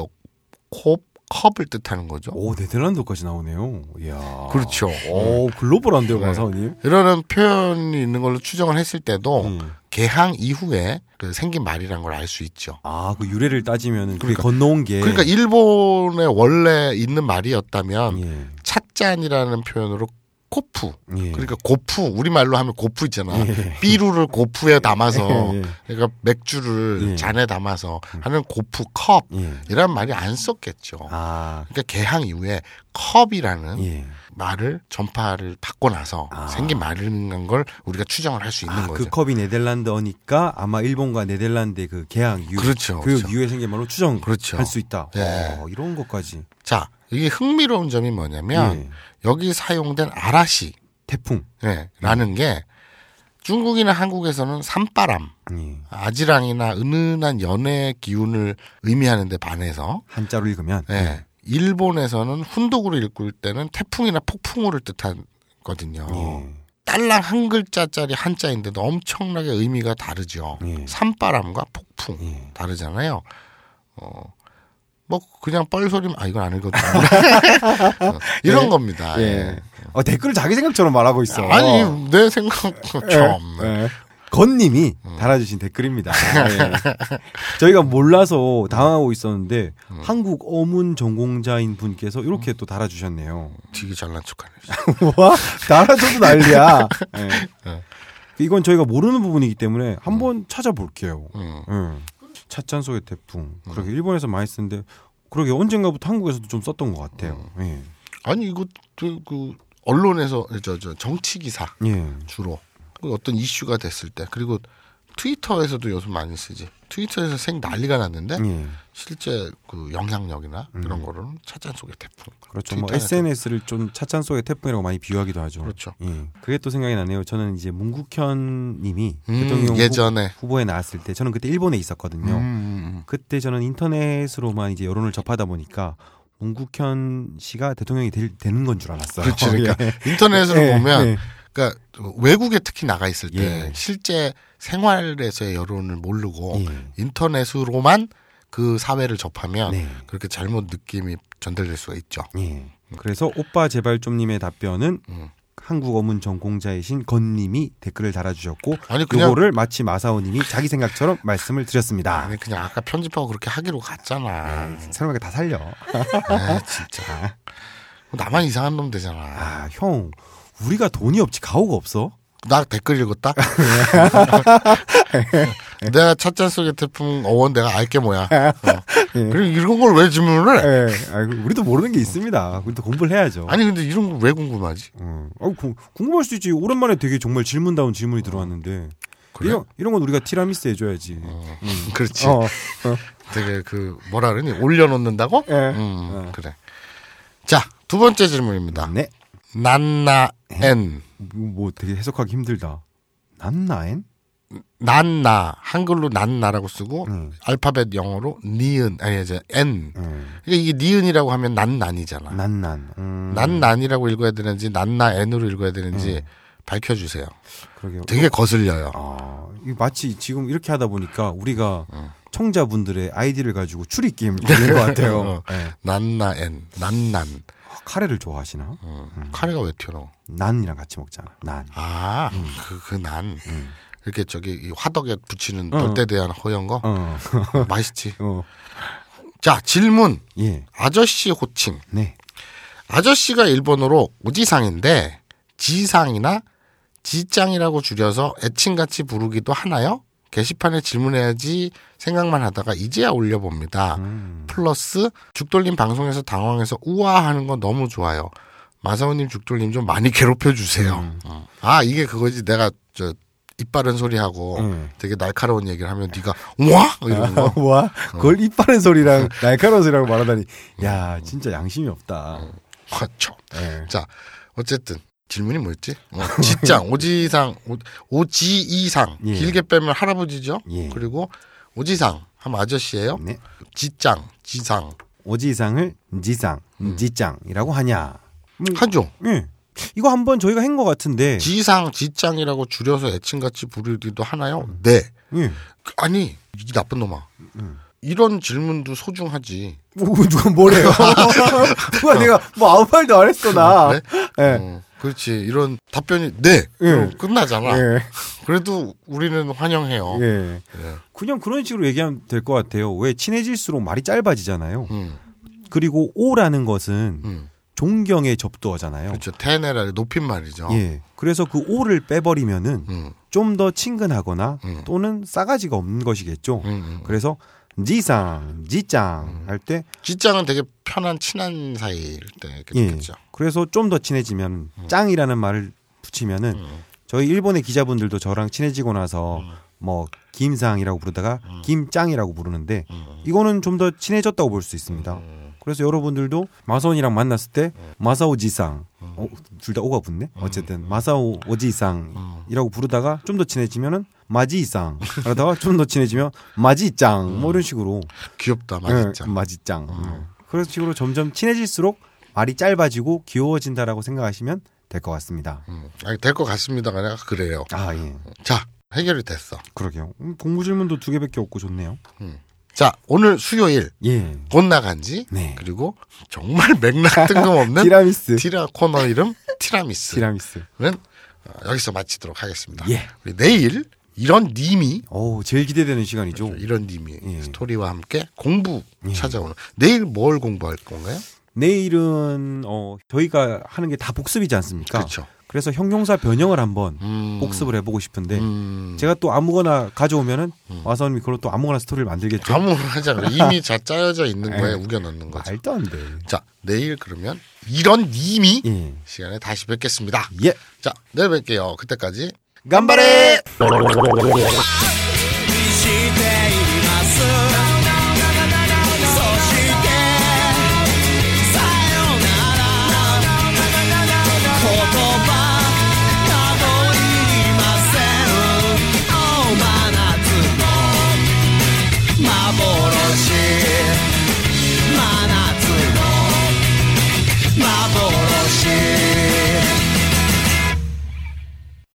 Speaker 1: 코 컵을 뜻하는 거죠.
Speaker 2: 오, 네덜란드까지 나오네요. 이야.
Speaker 1: 그렇죠. 네.
Speaker 2: 오, 글로벌한데요, 마사오님.
Speaker 1: 이러는 표현이 있는 걸로 추정을 했을 때도
Speaker 2: 음.
Speaker 1: 개항 이후에 그 생긴 말이라는 걸 알 수 있죠.
Speaker 2: 아, 그 유래를 따지면은 그게 건너온 게
Speaker 1: 그러니까 일본에 원래 있는 말이었다면
Speaker 2: 예.
Speaker 1: 찻잔이라는 표현으로 코프
Speaker 2: 예.
Speaker 1: 그러니까 고프 우리말로 하면 고프 있잖아
Speaker 2: 예.
Speaker 1: 비루를 고프에 담아서
Speaker 2: 예, 예.
Speaker 1: 그러니까 맥주를
Speaker 2: 예. 음.
Speaker 1: 잔에 담아서 하는 고프 컵
Speaker 2: 예.
Speaker 1: 이란 말이 안 썼겠죠
Speaker 2: 아.
Speaker 1: 그러니까 개항 이후에 컵이라는
Speaker 2: 예.
Speaker 1: 말을 전파를 받고 나서
Speaker 2: 아.
Speaker 1: 생긴 말인 걸 우리가 추정을 할 수 있는
Speaker 2: 아,
Speaker 1: 거죠
Speaker 2: 그 컵이 네덜란드어니까 아마 일본과 네덜란드의 그 개항 유,
Speaker 1: 그렇죠,
Speaker 2: 교육
Speaker 1: 그렇죠.
Speaker 2: 유해 생긴 말로 추정할
Speaker 1: 그렇죠.
Speaker 2: 수 있다.
Speaker 1: 예.
Speaker 2: 어, 이런 것까지.
Speaker 1: 자 이게 흥미로운 점이 뭐냐면
Speaker 2: 예.
Speaker 1: 여기 사용된 아라시
Speaker 2: 태풍.
Speaker 1: 예, 라는 게 중국이나 한국에서는 산바람,
Speaker 2: 예.
Speaker 1: 아지랑이나 은은한 연애 기운을 의미하는데 반해서
Speaker 2: 한자로 읽으면
Speaker 1: 예, 일본에서는 훈독으로 읽을 때는 태풍이나 폭풍우를 뜻하거든요.
Speaker 2: 예.
Speaker 1: 딸랑 한 글자짜리 한자인데도 엄청나게 의미가 다르죠.
Speaker 2: 예.
Speaker 1: 산바람과 폭풍
Speaker 2: 예.
Speaker 1: 다르잖아요. 어, 뭐 그냥 뻘소리면 아 이건 안 읽어도 어, 이런
Speaker 2: 예.
Speaker 1: 겁니다. 예.
Speaker 2: 어, 댓글을 자기 생각처럼 말하고 있어.
Speaker 1: 아니 내 생각처럼
Speaker 2: 예. 건님이
Speaker 1: 음.
Speaker 2: 달아주신 댓글입니다. 예. 저희가 몰라서 당하고 있었는데
Speaker 1: 음.
Speaker 2: 한국 어문 전공자인 분께서 이렇게 또 달아주셨네요.
Speaker 1: 되게 잘난 척하네.
Speaker 2: 와 달아줘도 뭐? 난리야.
Speaker 1: 네.
Speaker 2: 예. 이건 저희가 모르는 부분이기 때문에 한번 찾아볼게요.
Speaker 1: 음.
Speaker 2: 예. 찻잔 속의 태풍. 그러게 일본에서 많이 쓰는데 그러게 언젠가부터 한국에서도 좀 썼던 것 같아요.
Speaker 1: 음.
Speaker 2: 예.
Speaker 1: 아니 이거 그 언론에서 저 저 정치 기사
Speaker 2: 예.
Speaker 1: 주로 그 어떤 이슈가 됐을 때 그리고 트위터에서도 요즘 많이 쓰지. 트위터에서 생 난리가 났는데
Speaker 2: 예.
Speaker 1: 실제 그 영향력이나 그런 거로는 찻잔 속의 태풍.
Speaker 2: 음. 그렇죠. 뭐
Speaker 1: 트위터에서.
Speaker 2: SNS를 좀 찻잔 속의 태풍이라고 많이 비유하기도 하죠.
Speaker 1: 그렇죠.
Speaker 2: 예. 그게 또 생각이 나네요. 저는 이제 문국현 님이
Speaker 1: 음,
Speaker 2: 대통령 후-
Speaker 1: 예전에
Speaker 2: 후보에 나왔을 때 저는 그때 일본에 있었거든요.
Speaker 1: 음,
Speaker 2: 그때 저는 인터넷으로만 이제 여론을 접하다 보니까 문국현 씨가 대통령이 될, 되는 건 줄 알았어요.
Speaker 1: 그렇죠. 그러니까
Speaker 2: 예.
Speaker 1: 인터넷으로
Speaker 2: 예,
Speaker 1: 보면
Speaker 2: 예.
Speaker 1: 그러니까 외국에 특히 나가 있을 때
Speaker 2: 예.
Speaker 1: 실제 생활에서의 여론을 모르고
Speaker 2: 예.
Speaker 1: 인터넷으로만 그 사회를 접하면
Speaker 2: 네.
Speaker 1: 그렇게 잘못 느낌이 전달될 수가 있죠.
Speaker 2: 예. 그래서 오빠 제발 좀님의 답변은
Speaker 1: 음.
Speaker 2: 한국 어문 전공자이신 건님이 댓글을 달아주셨고
Speaker 1: 아니 그냥
Speaker 2: 요거를 마치 마사오님이 자기 생각처럼 말씀을 드렸습니다.
Speaker 1: 아니 네. 그냥 아까 편집하고 그렇게 하기로 갔잖아.
Speaker 2: 사람에게 다 살려.
Speaker 1: 아 진짜. 뭐 나만 이상한 놈 되잖아.
Speaker 2: 아, 형, 우리가 돈이 없지 가오가 없어.
Speaker 1: 나 댓글 읽었다. 내가 찻잔 속의 태풍 어원 내가 알게 뭐야. 어. 그리고 이런 걸 왜 질문을 해?
Speaker 2: 예, 아이고, 우리도 모르는 게 있습니다. 우리도 공부를 해야죠.
Speaker 1: 아니 근데 이런 거 왜 궁금하지?
Speaker 2: 음. 아이고, 궁- 궁금할 수 있지. 오랜만에 되게 정말 질문다운 질문이 들어왔는데.
Speaker 1: 그래?
Speaker 2: 이런, 이런 건 우리가 티라미스 해줘야지.
Speaker 1: 그렇지.
Speaker 2: 어,
Speaker 1: 되게 그 뭐라 그러니 올려놓는다고?
Speaker 2: 예.
Speaker 1: 음, 그래. 자 두 번째 질문입니다.
Speaker 2: 네.
Speaker 1: 난나엔
Speaker 2: 뭐, 뭐 되게 해석하기 힘들다. 난나엔?
Speaker 1: 난나 한글로 난나라고 쓰고
Speaker 2: 음.
Speaker 1: 알파벳 영어로 니은 아니 이제 엔
Speaker 2: 음.
Speaker 1: 그러니까 이게 니은이라고 하면 난난이잖아.
Speaker 2: 난난. 음,
Speaker 1: 난난이라고 읽어야 되는지 난나엔으로 읽어야 되는지 밝혀주세요.
Speaker 2: 그러게요.
Speaker 1: 되게 거슬려요.
Speaker 2: 아, 이거 마치 지금 이렇게 하다 보니까 우리가
Speaker 1: 어.
Speaker 2: 청자분들의 아이디를 가지고 추리 게임 되는 것 같아요.
Speaker 1: 어.
Speaker 2: 예.
Speaker 1: 난나엔 난난
Speaker 2: 아, 카레를 좋아하시나?
Speaker 1: 음. 카레가 왜 튀어나와? 음.
Speaker 2: 난이랑 같이 먹잖아. 음. 난.
Speaker 1: 아그그난 이렇게 저기 이 화덕에 붙이는
Speaker 2: 어.
Speaker 1: 널대 대한 허연 거
Speaker 2: 어.
Speaker 1: 맛있지.
Speaker 2: 어.
Speaker 1: 자 질문
Speaker 2: 예.
Speaker 1: 아저씨 호칭
Speaker 2: 네.
Speaker 1: 아저씨가 일본어로 오지상인데 지상이나 지짱이라고 줄여서 애칭같이 부르기도 하나요? 게시판에 질문해야지 생각만 하다가 이제야 올려봅니다. 플러스 죽돌림 방송에서 당황해서 우아하는 건 너무 좋아요. 마사오님 죽돌림 좀 많이 괴롭혀 주세요.
Speaker 2: 음.
Speaker 1: 어. 아 이게 그거지 내가 저 이빠른 소리하고
Speaker 2: 음. 아.
Speaker 1: 되게 날카로운 얘기를 하면 네가 우와 이러는 거.
Speaker 2: 와, 뭐? 그걸 입 바른 소리랑 날카로운 소리랑 말하다니. 야, 진짜 양심이 없다.
Speaker 1: 그렇죠.
Speaker 2: 예.
Speaker 1: 자, 어쨌든 질문이 뭐였지? 어, 지짱, 오지상, 오, 지이상
Speaker 2: 예.
Speaker 1: 길게 빼면 할아버지죠.
Speaker 2: 예.
Speaker 1: 그리고 오지상 하면 아저씨예요.
Speaker 2: 네.
Speaker 1: 지짱, 지상
Speaker 2: 오지상을 지상,
Speaker 1: 음.
Speaker 2: 지짱이라고 하냐? 음,
Speaker 1: 하죠.
Speaker 2: 예. 이거 한번 저희가 한 것 같은데.
Speaker 1: 지상, 지짱이라고 줄여서 애칭같이 부르기도 하나요? 네.
Speaker 2: 예.
Speaker 1: 아니 이 나쁜 놈아.
Speaker 2: 음.
Speaker 1: 이런 질문도 소중하지.
Speaker 2: 뭐, 누가 뭐래요? 누가 내가 뭐 아무 말도 안 했어, 나.
Speaker 1: 아, 그래?
Speaker 2: 예.
Speaker 1: 어, 그렇지. 이런 답변이 네. 그럼 끝나잖아.
Speaker 2: 예.
Speaker 1: 그래도 우리는 환영해요.
Speaker 2: 예.
Speaker 1: 예.
Speaker 2: 그냥 그런 식으로 얘기하면 될 것 같아요. 왜 친해질수록 말이 짧아지잖아요.
Speaker 1: 음,
Speaker 2: 그리고 오라는 것은
Speaker 1: 음.
Speaker 2: 존경의 접두어잖아요.
Speaker 1: 그렇죠. 테네랄 높임말이죠.
Speaker 2: 예. 그래서 그 오를 빼버리면은
Speaker 1: 음,
Speaker 2: 좀 더 친근하거나
Speaker 1: 음.
Speaker 2: 또는 싸가지가 없는 것이겠죠.
Speaker 1: 음, 음.
Speaker 2: 그래서 지상, 지짱 할 때
Speaker 1: 뒷장은 되게 편한 친한 사이일 때
Speaker 2: 예.
Speaker 1: 그렇겠죠.
Speaker 2: 그래서 좀 더 친해지면 짱이라는 말을 붙이면은
Speaker 1: 음.
Speaker 2: 저희 일본의 기자분들도 저랑 친해지고 나서 뭐 김상이라고 부르다가
Speaker 1: 음.
Speaker 2: 김짱이라고 부르는데 이거는 좀 더 친해졌다고 볼 수 있습니다.
Speaker 1: 음.
Speaker 2: 그래서 여러분들도 마사오이랑 만났을 때 마사오 지상
Speaker 1: 음.
Speaker 2: 어, 둘 다 오가 붙네. 어쨌든 마사오
Speaker 1: 음.
Speaker 2: 오지상이라고 부르다가 좀 더 친해지면은 마지상 그러다가 좀 더 친해지면 마지짱 뭐 이런 식으로
Speaker 1: 귀엽다 말했죠.
Speaker 2: 예, 마지짱. 예. 그런 식으로 점점 친해질수록 말이 짧아지고 귀여워진다라고 생각하시면 될 것 같습니다.
Speaker 1: 음. 아니 될 것 같습니다가 아니라 그래요.
Speaker 2: 아 예,
Speaker 1: 자 해결이 됐어.
Speaker 2: 그러게요. 음, 공부 질문도 두 개밖에 없고 좋네요.
Speaker 1: 자 오늘 수요일
Speaker 2: 예,
Speaker 1: 곧 나간지
Speaker 2: 네.
Speaker 1: 그리고 정말 맥락 뜬금없는
Speaker 2: 티라미스,
Speaker 1: 티라 코너 이름 티라미스는
Speaker 2: 티라미스.
Speaker 1: 어, 여기서 마치도록 하겠습니다.
Speaker 2: 예.
Speaker 1: 우리 내일 이런 님이
Speaker 2: 오, 제일 기대되는 시간이죠.
Speaker 1: 이런 님이
Speaker 2: 예.
Speaker 1: 스토리와 함께 공부 찾아오는 내일 뭘 공부할 건가요?
Speaker 2: 내일은 어 저희가 하는 게 다 복습이지 않습니까?
Speaker 1: 그렇죠.
Speaker 2: 래서 형용사 변형을 한번
Speaker 1: 음.
Speaker 2: 복습을 해보고 싶은데
Speaker 1: 음,
Speaker 2: 제가 또 아무거나 가져오면은 와서님이 그걸로 또 아무거나 스토리를 만들겠죠.
Speaker 1: 아무 하자고 이미 자 짜여져 있는 거에
Speaker 2: 예.
Speaker 1: 우겨 넣는 거죠.
Speaker 2: 말도 안 돼.
Speaker 1: 자 내일 그러면 이런 님이
Speaker 2: 예,
Speaker 1: 시간에 다시 뵙겠습니다.
Speaker 2: 예,
Speaker 1: 자 내일 뵐게요. 그때까지.
Speaker 2: 간발의
Speaker 6: 幻の幻